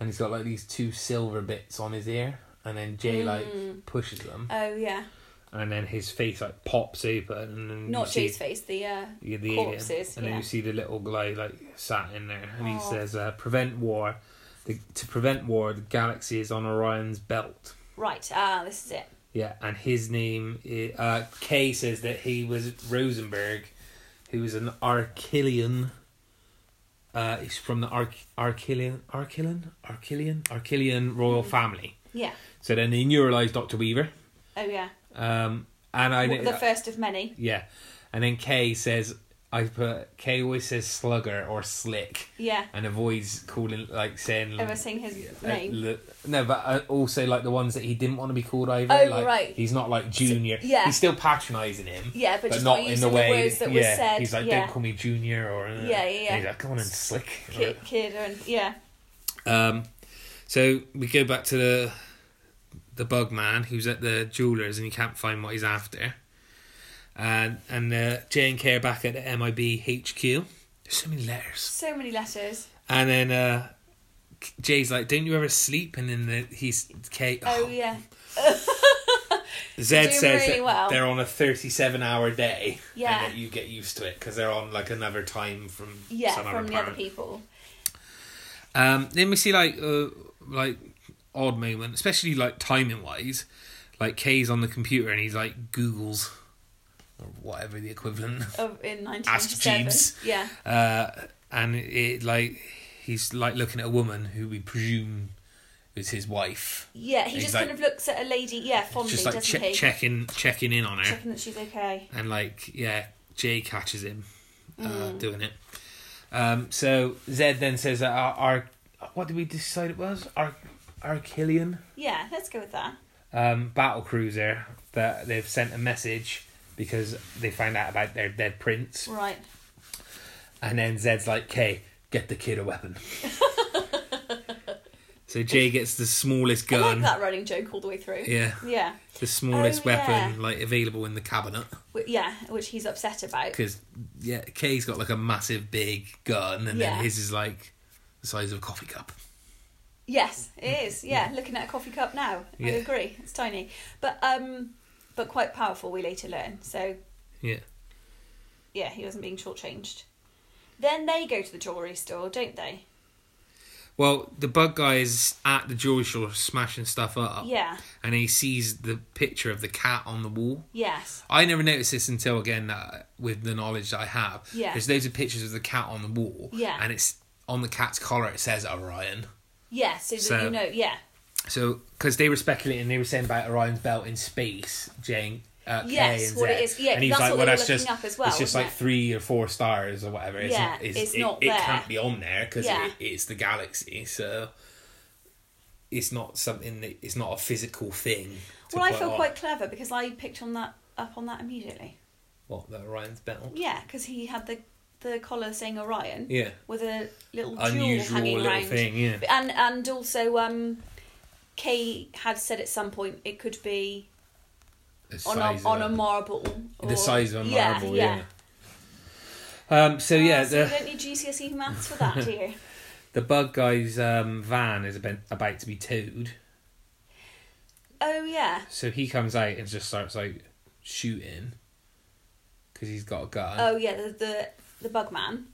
and he's got like these two silver bits on his ear, and then Jay like pushes them, Oh yeah. and then his face like pops open, and then Not Mm, you see- Jay's face. The uh, yeah, the corpses. alien. And then yeah. Oh. you see the little guy like sat in there, and he Aw. says, uh, "Prevent war. The, to prevent war, the galaxy is on Orion's belt." Right. Ah, this is it. Yeah, and his name, i uh, Kay says that he was Rosenberg, who was an Archilian. Uh, he's from the Arch Archilian Archilian Archilian Archilian royal Mm. family. Yeah. So then they neuralized Doctor Weaver, Oh yeah. um, and I the first of many. yeah, and then Kay says, "I put Kay always says slugger or slick, Yeah. and avoids calling like saying Ever seen his uh, name? l- no, but uh, also like the ones that he didn't want to be called either. Oh, like, right. He's not like junior. yeah. He's still patronising him. Yeah, but But, just not not in using the the way words that yeah, were said, He's like, yeah. don't call me junior or uh, Yeah, yeah, yeah. and he's like, come on and slick. Kid, kid, and yeah. Um, so we go back to the the bug man who's at the jewelers and he can't find what he's after. And and uh, J and K are back at the MIB HQ. There's so many letters. So many letters. And then uh, Jay's like, "Don't you ever sleep?" And then the, he's K. Oh yeah. Zed doing says really that well. they're on a thirty-seven hour day. Yeah. And that you get used to it because they're on like another time from Yeah, some from the planet. other people. Um, then we see like uh, like odd moment, especially like timing wise. Like Kay's on the computer and he's like Google's or whatever the equivalent. Of in Ask 1997. Jeeves. Yeah. Uh, and it like he's like looking at a woman who we presume is his wife. Yeah. He He's just like- kind of looks at a lady. Yeah, fondly, Just like doesn't che- he? checking checking in on her. Checking that she's okay. and like yeah, Jay catches him uh, doing it. Um, so Zed then says that our, our what did we decide it was our Archilian Yeah. Let's go with that. um, battle cruiser that they've sent a message because they found out about their dead prince, Right. and then Zed's like, "Kay, get the kid a weapon." so Jay gets the smallest I like gun. that running joke all the way through. Yeah, Yeah. the smallest Oh, yeah. weapon like available in the cabinet. Wh- Yeah, which he's upset about. because yeah, Kay's got like a massive big gun, and Yeah. then his is like the size of a coffee cup. Yes, it is. Yeah, looking at a coffee cup now. I Yeah. agree. It's tiny, but um, but quite powerful. We later learn. So Yeah, yeah, he wasn't being shortchanged. Then they go to the jewelry store, don't they? well, the bug guy is at the jewelry store smashing stuff up, Yeah. and he sees the picture of the cat on the wall. Yes. I never noticed this until again uh, with the knowledge that I have. Yeah. there's loads of pictures of the cat on the wall. Yeah. and it's on the cat's collar. It says Orion. Yeah. So, that So- you know. Yeah. So because they were speculating, they were saying about Orion's belt in space, Jane. Uh, K Yes, and what it Z. is- yeah, and he's that's like, what well, they were that's looking just up as well, it's just wasn't like it? three or four stars or whatever. It's Yeah, not, it's, it's it, not it there. can't be on there because Yeah. it, it's the galaxy, so it's not something that it's not a physical thing. to Well, I put feel on. quite clever because I picked on that up on that immediately. what the Orion's belt. Yeah, because he had the the collar saying Orion Yeah, with a little jewel unusual hanging little around. thing. Yeah, And and also, um, Kay had said at some point it could be The on size of a on a marble. Or, the size of a Yeah, marble. Yeah. Um, so yeah, Ah, so the, you don't need GCSE maths for that, do you? the bug guy's um, van is about, about to be towed. Oh yeah. So he comes out and just starts like shooting because he's got a gun. Oh yeah. The the, the bug man.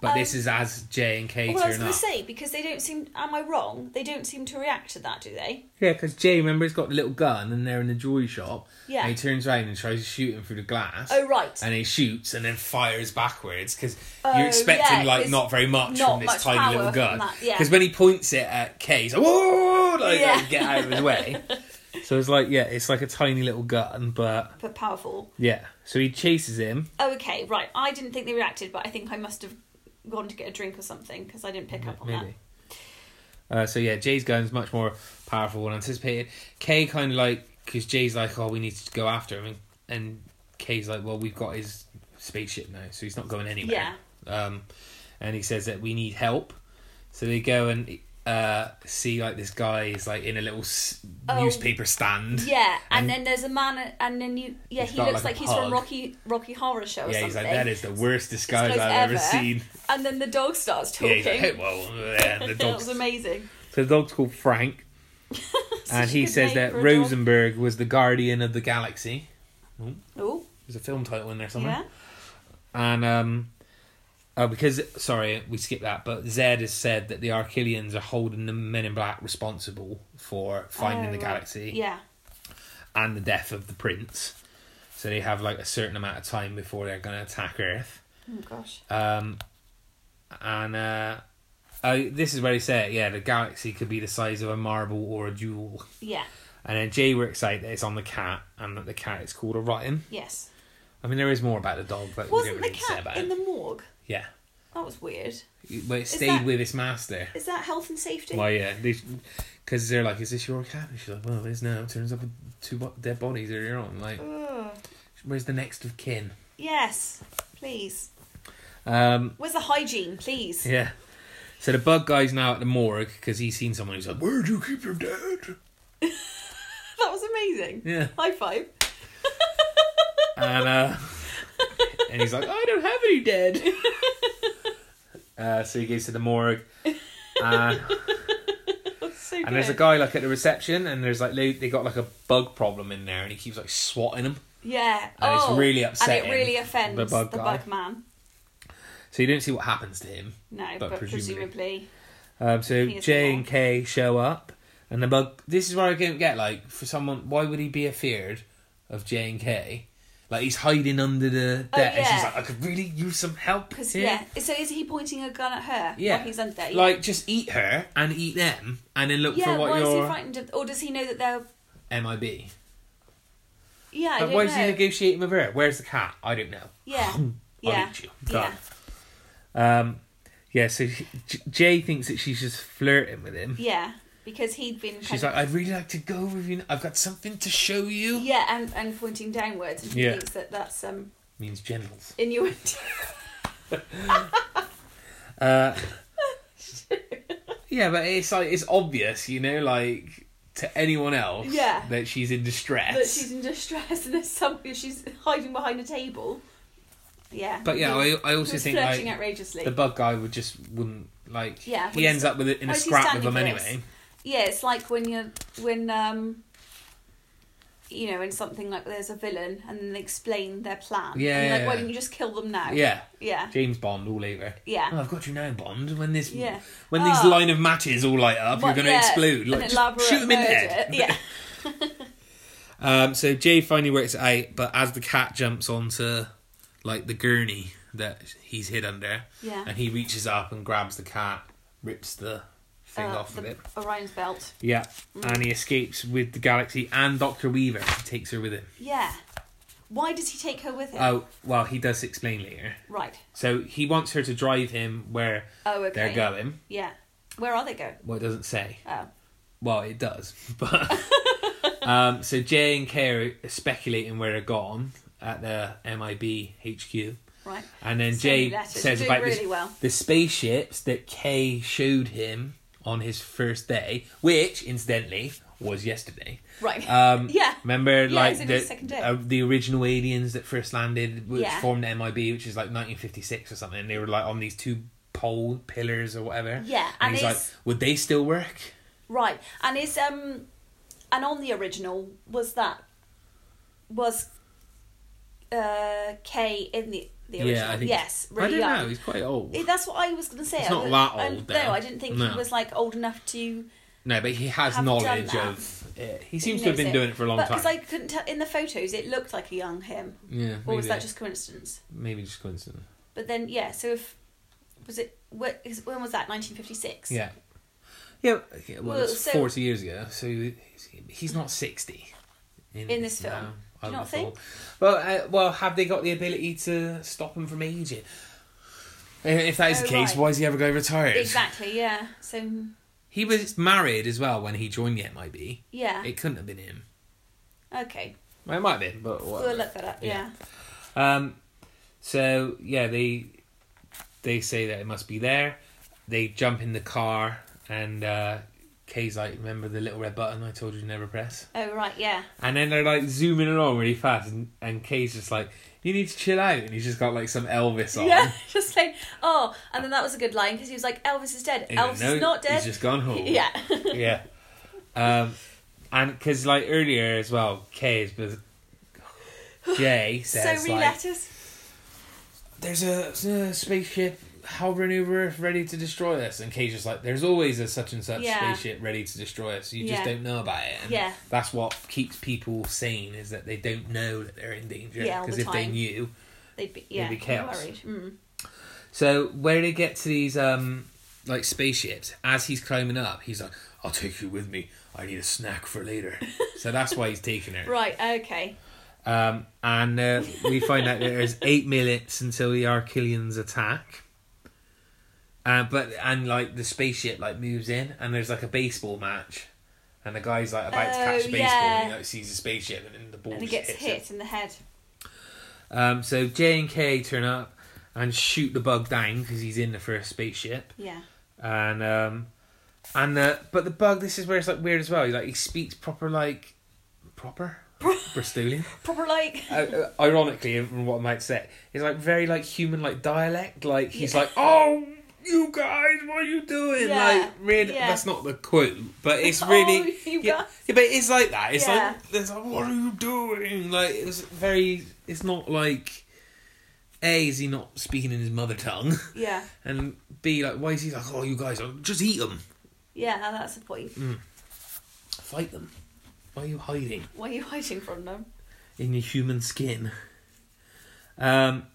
But Um, oh, this is as J and K Well, I was turn going up. to say because they don't seem. Am I wrong? They don't seem to react to that, do they? Yeah, because Jay, remember, he's got the little gun and they're in the jewelry shop. Yeah. And he turns around and tries to shoot him through the glass. Oh, right. And he shoots and then fires backwards because Oh, you're expecting, yeah, like, 'cause not very much not from this much tiny power little from gun. that, yeah. when he points it at Kay, he's like, whoa, like, Yeah. like, get out of his way. so it's like, yeah, it's like a tiny little gun, but But powerful. yeah. So he chases him. Oh, okay, right. I didn't think they reacted, but I think I must have gone to get a drink or something because I didn't pick up on Maybe. Uh, so yeah, Jay's gun's much more powerful than anticipated. Kay kind of like because Jay's like, oh, we need to go after him, and, and Kay's like, well, we've got his spaceship now, so he's not going anywhere. Yeah. Um, and he says that we need help, so they go and uh see like this guy is like in a little s- Oh. newspaper stand. that. Yeah, and, And- then there's a man, and then you, yeah, He's he got looks like like, a he's pug. from Rocky Rocky Horror Show. Or Yeah, something. he's like, that is the worst disguise I've Disguise ever, ever." seen. And then the dog starts Yeah, talking. he's like, hey, well, yeah, and the that dog's was amazing. So the dog's called Frank, and a he good says name that for a dog. Rosenberg was the guardian of the galaxy. Oh, There's a film title in there somewhere. yeah. And um, uh, because sorry, we skipped that, but Zed has said that the Archelians are holding the Men in Black responsible for finding Oh, the right. galaxy Yeah. and the death of the prince. So they have like a certain amount of time before they're gonna attack Earth. Oh gosh. Um, and uh, oh, this is where he said, yeah, the galaxy could be the size of a marble or a jewel. Yeah. And then Jay works out that it's on the cat, and that the cat is called a rotten. Yes. I mean, there is more about the dog, but we Wasn't don't the really say cat about in it. the morgue? Yeah, That was weird. but it stayed that- with its master. Is that health and safety? Why? yeah, because they, are like, "Is this your cat?" And she's like, "Well, it is now." Turns up with two bo- dead bodies earlier on. Like, Ugh. where's the next of kin? Yes. Please. Um, Where's the hygiene, please? yeah. So the bug guy's now at the morgue because he's seen someone who's like, "Where'd you keep your dad?" That was amazing. Yeah. High five. and uh, and he's like, I don't have any dead. uh, so he goes to the morgue, uh, That's so and there's a good. guy like at the reception, and there's like they, they got like a bug problem in there, and he keeps like swatting them. Yeah. And it's oh. really And upsetting it really offends the the bug bug, guy. man. So you don't see what happens to him. No, But but, presumably. presumably. Um, so He is J the and K show up, and the bug. This is where I don't get like for someone. Why would he be afeared of J and K? Like he's hiding under the deck, Oh, and she's yeah. like, I could really use some help. Because, here." yeah. So is he pointing a gun at her? Yeah. While he's under there. Yeah. Like, just eat her and eat them, and then look yeah, for what why your is he frightened of. Or does he know that they're. MIB. Yeah, I Like, don't why know. is he negotiating with her? Where's the cat? I don't know. Yeah. I'll yeah. eat you. Yeah. Done. Um, yeah, so he- J- Jay thinks that she's just flirting with him. Yeah. Because he'd been. She's kind of- like, I'd really like to go with you. I've got something to show you. Yeah, and, and pointing downwards. And he Yeah. thinks that that's um, Means genitals. innuendo. Uh, yeah, but it's like, it's obvious, you know, like to anyone else Yeah. that she's in distress. that she's in distress and there's something she's hiding behind a table. Yeah. but yeah, He- I, I he also was think flirting like outrageously. the bug guy would just wouldn't like. Yeah, Oh, he he's- ends up with it in a why is he scrap with standing them for this? anyway. Yeah, it's like when you're when um you know, in something like there's a villain and then they explain their plan. Yeah, And you're yeah, like, why yeah. didn't you just kill them now? Yeah, Yeah. James Bond all over. Yeah. Oh, I've got you now, Bond. When this, Yeah. when these Oh. line of matches all light up, you're But- going to yeah, explode. an Like, just elaborate shoot them in the murder. head. Yeah. Um, so Jay finally works it out, but as the cat jumps onto like the gurney that he's hid under, Yeah. and he reaches up and grabs the cat, rips the thing Uh, off of the Mm. it. Orion's belt. Yeah, and he escapes with the galaxy and Doctor Weaver. He takes her with him. Yeah. Why does he take her with him? Oh, well, he does explain later. Right. So he wants her to drive him where Oh, okay. they're going. Yeah. Where are they going? Well, it doesn't say. Oh. Well, it does. But um, so J and K are speculating where they're gone at the MIB HQ, Right. and then Sending Jay letters. says You're about doing this, really well. the spaceships that K showed him on his first day, which incidentally was yesterday. Right. Um, Yeah. Remember, Yeah, like it's in the his second day. uh, the original aliens that first landed, which Yeah. formed the MIB, which is like 1956 or something. And they were like on these two pole pillars or whatever. Yeah, and and, he's it's- like, would they still work? Right, and is um, and on the original was that was uh K in the the original. I think. yes, I really don't young. know. He's quite old. Eh, That's what I was going to say. It's I not was- that I- old, though. no, I didn't think No. he was like old enough to. no, but he has haven't done knowledge that. of it. He seems to have knows been doing it for a long but time. Because I couldn't tell in the photos, it looked like a young him, yeah, or maybe, was that just coincidence? maybe just coincidence. But then, yeah. So if was it what, is, when was that? Nineteen fifty six. Yeah. Yeah, okay, well, Well, it's so- 40 years ago, so he's- he's not 60. In this film. no, Do you not I would've thought. Well, uh, well, have they got the ability to stop him from aging? Uh, If that is Oh, the case, right. why is he ever going to retire? Exactly. Yeah. So He was married as well when he joined the MIB. yeah. It couldn't have been him. Okay. Well, it might have been, but We'll what? look that up. Yeah. Yeah. Um, so yeah, they they say that it must be there. They jump in the car, and uh, Kay's like, "Remember the little red button I told you to never press?" Oh right. Yeah. And then they're like zooming along really fast, and, and Kay's just like, "You need to chill out," and he's just got like some Elvis on. Yeah. Just like oh, and then that was a good line because he was like Elvis is dead. And you Elvis know, is not dead. He's just gone home. yeah. yeah. Um, and because like earlier as well, Kay's was Jay says so many like, letters. there's a, a spaceship hovering over Earth ready to destroy us. And Kay's just like, there's always a such and such Yeah. spaceship ready to destroy us. You just Yeah. don't know about it. And Yeah. That's what keeps people sane is that they don't know that they're in danger. Yeah, all the if they time. knew. They'd be yeah. be chaos. Worried. Mm. So where they get to these um like spaceships, as he's climbing up, he's like, I'll take you with me. I need a snack for later. so that's why he's taking her. Right. Okay. Um, and uh, we find out that there's eight minutes until the Archelians attack. Uh, but and like the spaceship like moves in and there's like a baseball match, and the guy's like about to Oh, catch a baseball yeah. and he like, sees a spaceship and then the ball And he just gets hits hit in the head. him. Um, so J and K turn up and shoot the bug down because he's in the first spaceship Yeah. and um, and uh, but the bug this is where it's like weird as well. He like he speaks proper like proper Bristolian. Proper like. uh, uh, ironically, from what I might say, it's like very like human like dialect. Like he's like, "Oh, you guys, what are you doing?" Yeah, Like really, yeah. that's not the quote, but it's really Oh, you yeah, guys. yeah, but it's like that. It's Yeah. like there's like, "What are you doing?" Like it's very. It's not like. A is he not speaking in his mother tongue, Yeah. and B like why is he like oh you guys uh, just eat them, Yeah. That's the point. Mm. fight them, why are you hiding? What are you hiding from them? in your human skin. Um,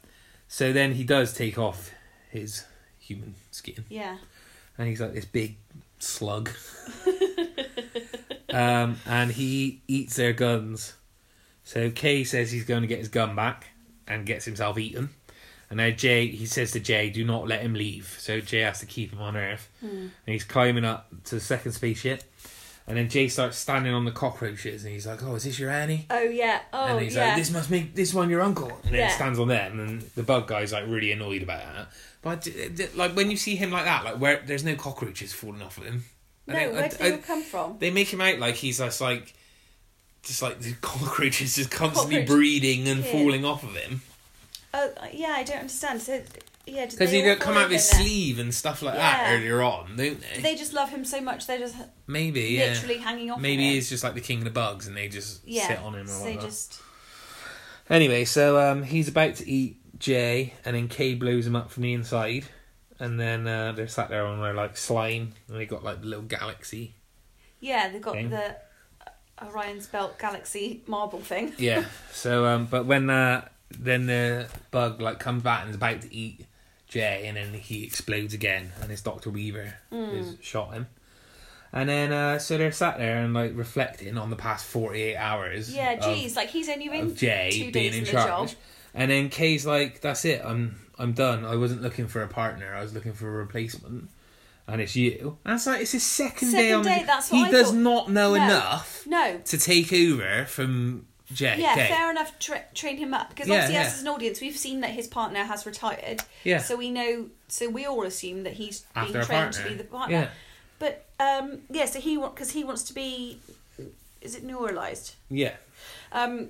so then he does take off his human skin, Yeah. and he's like this big slug. um, and he eats their guns. So Kay says he's going to get his gun back, and gets himself eaten. And now Jay, he says to Jay, "Do not let him leave." So Jay has to keep him on Earth, and he's climbing up to the second spaceship. And then Jay starts standing on the cockroaches, and he's like, "Oh, is this your Annie?" Oh yeah. Oh and he's yeah. like, "This must make this one your uncle." And then Yeah. he stands on them, and the bug guy's like really annoyed about that. But d- d- like when you see him like that, like where there's no cockroaches falling off of him. And no, I- where did they I- all come from? they make him out like he's just like, just like the cockroaches just constantly Cockroach breeding and kid. falling off of him Oh yeah, I don't understand. So yeah, did because they he all don't come fall out of his in there? sleeve and stuff like that Yeah. earlier on, don't they? Did They just love him so much they're just Maybe yeah. literally hanging off. Maybe of him. he's just like the king of the bugs, and they just yeah. sit on him. Or so they whatever. just Anyway, so um, he's about to eat Jay, and then Kay blows him up from the inside, and then uh, they're sat there on their like slime, and they got like the little galaxy. yeah they've got Thing. the Orion's Belt Galaxy marble thing. Yeah. so, um, but when uh, then the bug like comes back and is about to eat Jay, and then he explodes again, and it's Doctor Weaver Hmm. who's shot him. And then uh, so they're sat there and like reflecting on the past forty eight hours. Yeah, of- geez, like he's only been of Jay two being days in in the charge. job. And then Kay's like, "That's it. I'm I'm done. I wasn't looking for a partner. I was looking for a replacement, and it's you." And it's like it's his second, day Second on. day, the, that's he what I does thought. not know No. enough No. to take over from Jay. Yeah, Kay. fair enough. Tra- train him up because Yeah, obviously, yeah. as an audience, we've seen that his partner has retired. Yeah. So we know. So we all assume that he's After being a trained partner. to be the partner. Yeah. But um, yeah, so he because he wants to be, is it neuralized? Yeah, Um,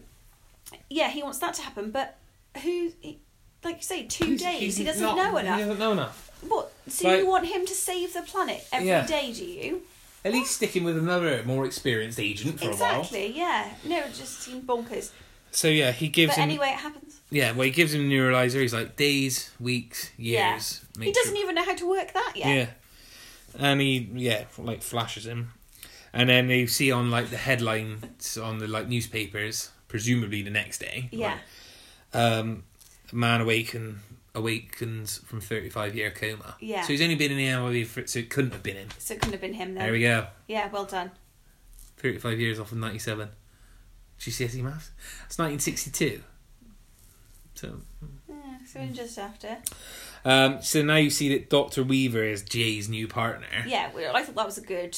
yeah, he wants that to happen. But who, he- like you say, two He's- days. he's he doesn't not- know He enough. doesn't know enough. What? So Like- you want him to save the planet every day? Yeah. do you? At least sticking with another more experienced agent for a while. exactly. Yeah. No, it just seemed bonkers. So yeah, he gives But him. anyway, it happens. Yeah, well, he gives him a neuralizer. He's like days, weeks, Yeah. years. He doesn't even know how to work that yet. Yeah. And he yeah, like flashes him. And then you see on like the headlines on the like newspapers, presumably the next day. Yeah. like, um man awaken awakens from thirty five year coma. Yeah. So he's only been in the MIB for so it couldn't have been him. So it couldn't have been him then. There we go. Yeah, well done. Thirty five years off of ninety seven. GCSE maths? It's nineteen sixty two. So Yeah, so we're just after. um so now you see that Doctor Weaver is Jay's new partner. Yeah, well, I thought that was a good.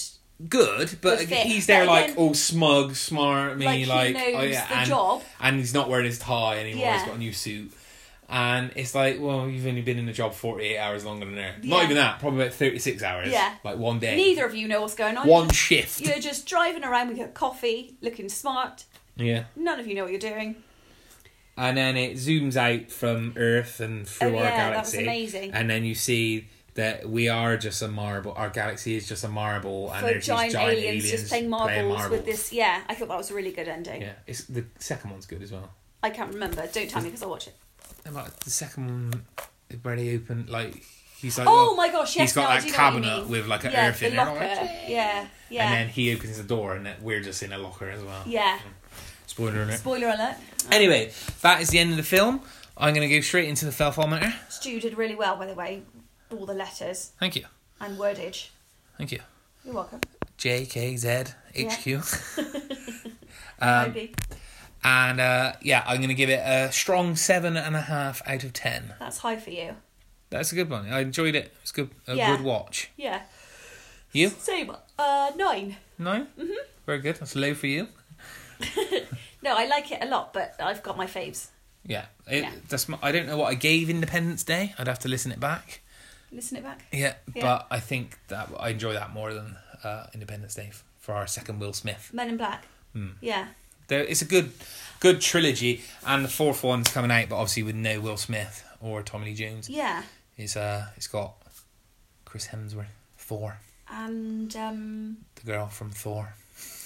good, but Was fit. he's there But like again- all smug, smart, me, Like, he like, knows oh, yeah, the and, job. and he's not wearing his tie anymore. He's Yeah. got a new suit, and it's like, well, you've only been in the job forty eight hours longer than her. Not Yeah. even that, probably about thirty six hours. Yeah. like one day, Neither of you know what's going on. one shift. You're just driving around with your coffee, looking smart. Yeah, None of you know what you're doing. and then it zooms out from Earth and through Oh, our yeah, that was galaxy. amazing. And then you see. That we are just a marble. Our galaxy is just a marble, and For there's giant, these giant aliens, just playing marbles, with this. Yeah, I thought that was a really good ending. Yeah, it's the second one's good as well. I can't remember. Don't tell me because I'll watch it. And, like the second one where they open like he's like Oh well, my gosh! Yes, he's got now I that do know what you cabinet mean. with like an yeah, earth the in there locker. and Yeah, yeah, then he opens the door and that- we're just in a locker as well yeah. spoiler alert Spoiler alert. anyway that is the end of the film I'm gonna go straight into the felfometer Stu did really well, by the way. All the letters thank you and wordage. thank you You're welcome. J K Z H Q Um, Maybe. and uh, yeah I'm gonna give it a strong seven and a half out of ten That's high for you. that's a good one I enjoyed it it's good a Yeah. good watch Yeah. you Same. Uh, nine. no mm-hmm. very good that's low for you No, I like it a lot, but I've got my faves. Yeah, it, Yeah. that's. My, I don't know what I gave Independence Day. I'd have to listen it back. Listen it back. Yeah, Yeah. but I think that I enjoy that more than uh, Independence Day f- for our second Will Smith. Men in Black. Hmm. Yeah. There, it's a good, good trilogy, and the fourth one's coming out, but obviously with no Will Smith or Tommy Lee Jones. Yeah. It's uh, it's got Chris Hemsworth, Thor, And um, the girl from Thor,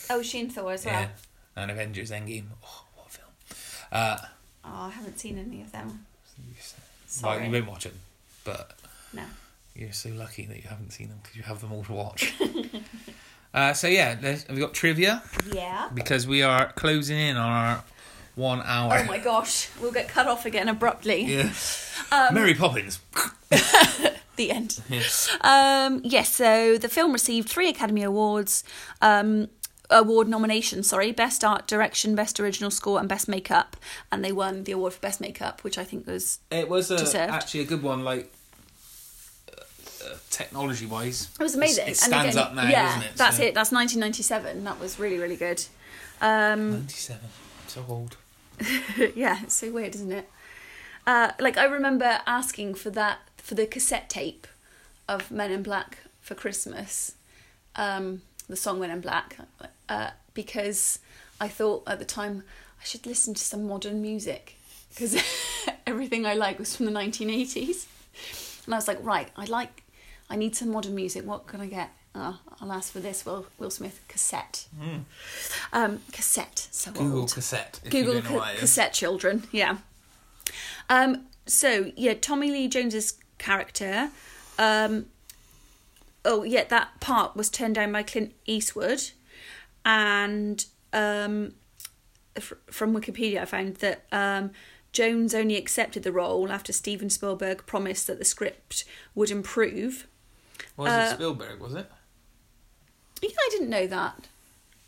oh, Ocean Thor as well. yeah, and Avengers Endgame. Oh, what a film! Uh, Oh, I haven't seen any of them. well, Sorry. you won't watch it, but no. You're so lucky that you haven't seen them because you have them all to watch. uh, so yeah, there's- we've got trivia Yeah. because we are closing in on our one hour. Oh my gosh, we'll get cut off again abruptly. Yeah. Mary Poppins. The end. Yeah. Um, yes, so the film received three Academy Awards, um, award nominations, sorry, Best Art Direction, Best Original Score, and Best Makeup. And they won the award for Best Makeup, which I think was, It was a, Deserved. actually a good one, like uh, uh, technology wise. it was amazing. It And they stands don't- up now, yeah, doesn't it? that's So- it. That's 1997. That was really, really good. Um, 97. So old. yeah, it's so weird, isn't it? Uh, like I remember asking for that for the cassette tape of Men in Black for Christmas, um, the song Men in Black, uh, because I thought at the time I should listen to some modern music because everything I like was from the 1980s, and I was like, right, I like, I need some modern music. What can I get? Oh, I'll ask for this Will Will Smith cassette. Um, cassette, so Google old. cassette. If you Google don't know what ca- it is. cassette children, yeah. Um, so yeah, Tommy Lee Jones's character. Um, oh yeah, that part was turned down by Clint Eastwood, and um, fr- from Wikipedia I found that um, Jones only accepted the role after Steven Spielberg promised that the script would improve. Was uh, it Spielberg? Was it Yeah, I didn't know that.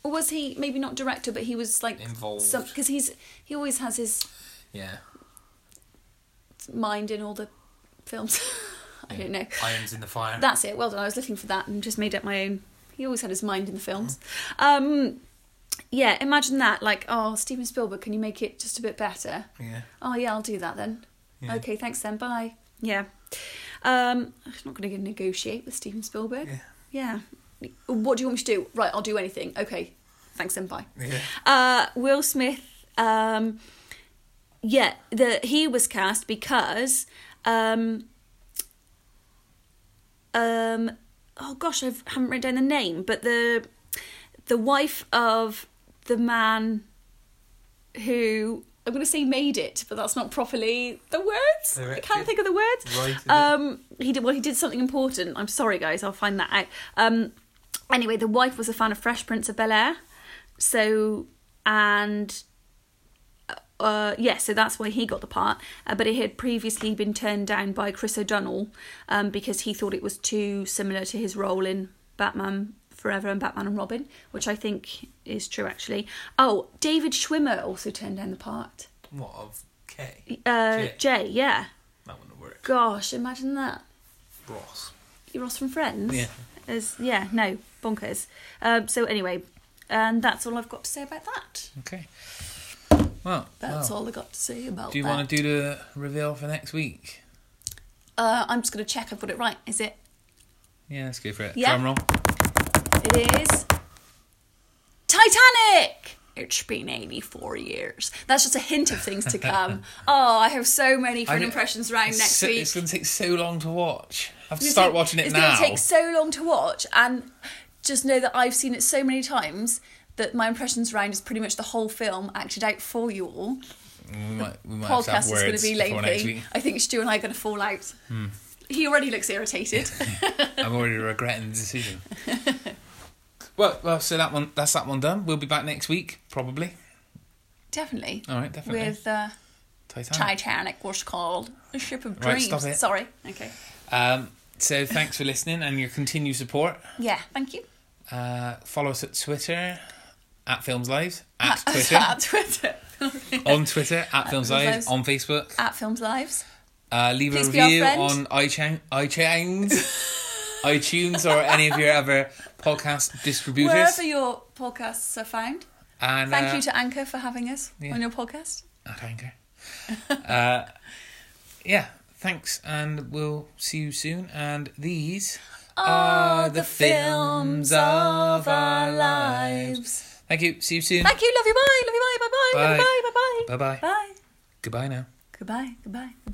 Or was he maybe not director, but he was like involved? because he's he always has his yeah. mind in all the films. I don't know. Irons in the fire. That's it. Well done. I was looking for that and just made up my own. He always had his mind in the films. Um, yeah, imagine that. Like, oh, Steven Spielberg, can you make it just a bit better? yeah. Oh yeah, I'll do that then. Yeah. Okay, thanks then. Bye. Yeah. Um, I'm not going to negotiate with Steven Spielberg. Yeah. Yeah. What do you want me to do? Right, I'll do anything. Okay, thanks then. Bye. Yeah. Uh, Will Smith, um, yeah, the he was cast because, um, um, oh gosh, I haven't written down the name, but the the wife of the man who I'm going to say made it, but that's not properly the words. I Directed. can't think of the words. Right. is it? Um, he did. Well, he did something important. I'm sorry, guys. I'll find that out. Um, anyway, the wife was a fan of Fresh Prince of Bel Air, so and uh, yeah, so that's why he got the part. Uh, but it had previously been turned down by Chris O'Donnell um, because he thought it was too similar to his role in Batman Forever and Batman and Robin, which I think is true actually. Oh, David Schwimmer also turned down the part. What of K? Uh, Jay. Jay, yeah. That wouldn't work. Gosh, imagine that. Ross. Ross from Friends. Yeah. As yeah, no, bonkers. Um, so anyway, and that's all I've got to say about that. Okay. Well, That's well, all I got to say about Oh. do you that. want to do the reveal for next week? Uh, I'm just going to check I've got it right. Is it? Yeah, let's go for it. Yeah. Drum roll. It is Titanic. It's been 84 years. That's just a hint of things to come. oh, I have so many I fun don't- impressions round It's next so- week. It's going to take so long to watch. I have to It's start gonna- watching it it's now. It's going to take so long to watch, and just know that I've seen it so many times that my impressions round is pretty much the whole film acted out for you all. we might, we might have to have Podcast is going words to be before next lengthy. week. Hmm. I think Stu and I are going to fall out. He already looks irritated. I'm already regretting the decision. well, well, so that one, that's that one done. We'll be back next week, probably. Definitely. All right, Oh, definitely. With uh, Titanic. Titanic, what's called a ship of Right, dreams. stop it. Sorry. Okay. Um, so thanks for listening and your continued support. Yeah. Thank you. Uh, follow us at Twitter at Films Live, at Twitter, At Twitter. on Twitter at Films Live, Lives. on Facebook. At Films Lives. Uh, leave Please a be our review friend. on iChan- iTunes, iTunes, or any of your other podcast distributors. Wherever your podcasts are found. And Thank uh, you to Anchor for having us yeah. on your podcast. at Anchor. uh, yeah, thanks, and we'll see you soon. And these are the films of our lives. Thank you. See you soon. Thank you. Love you. Bye. Love you. Bye. Bye. Bye. Bye. Bye. Bye. Bye. Bye bye. Bye. Goodbye now. Goodbye. Goodbye.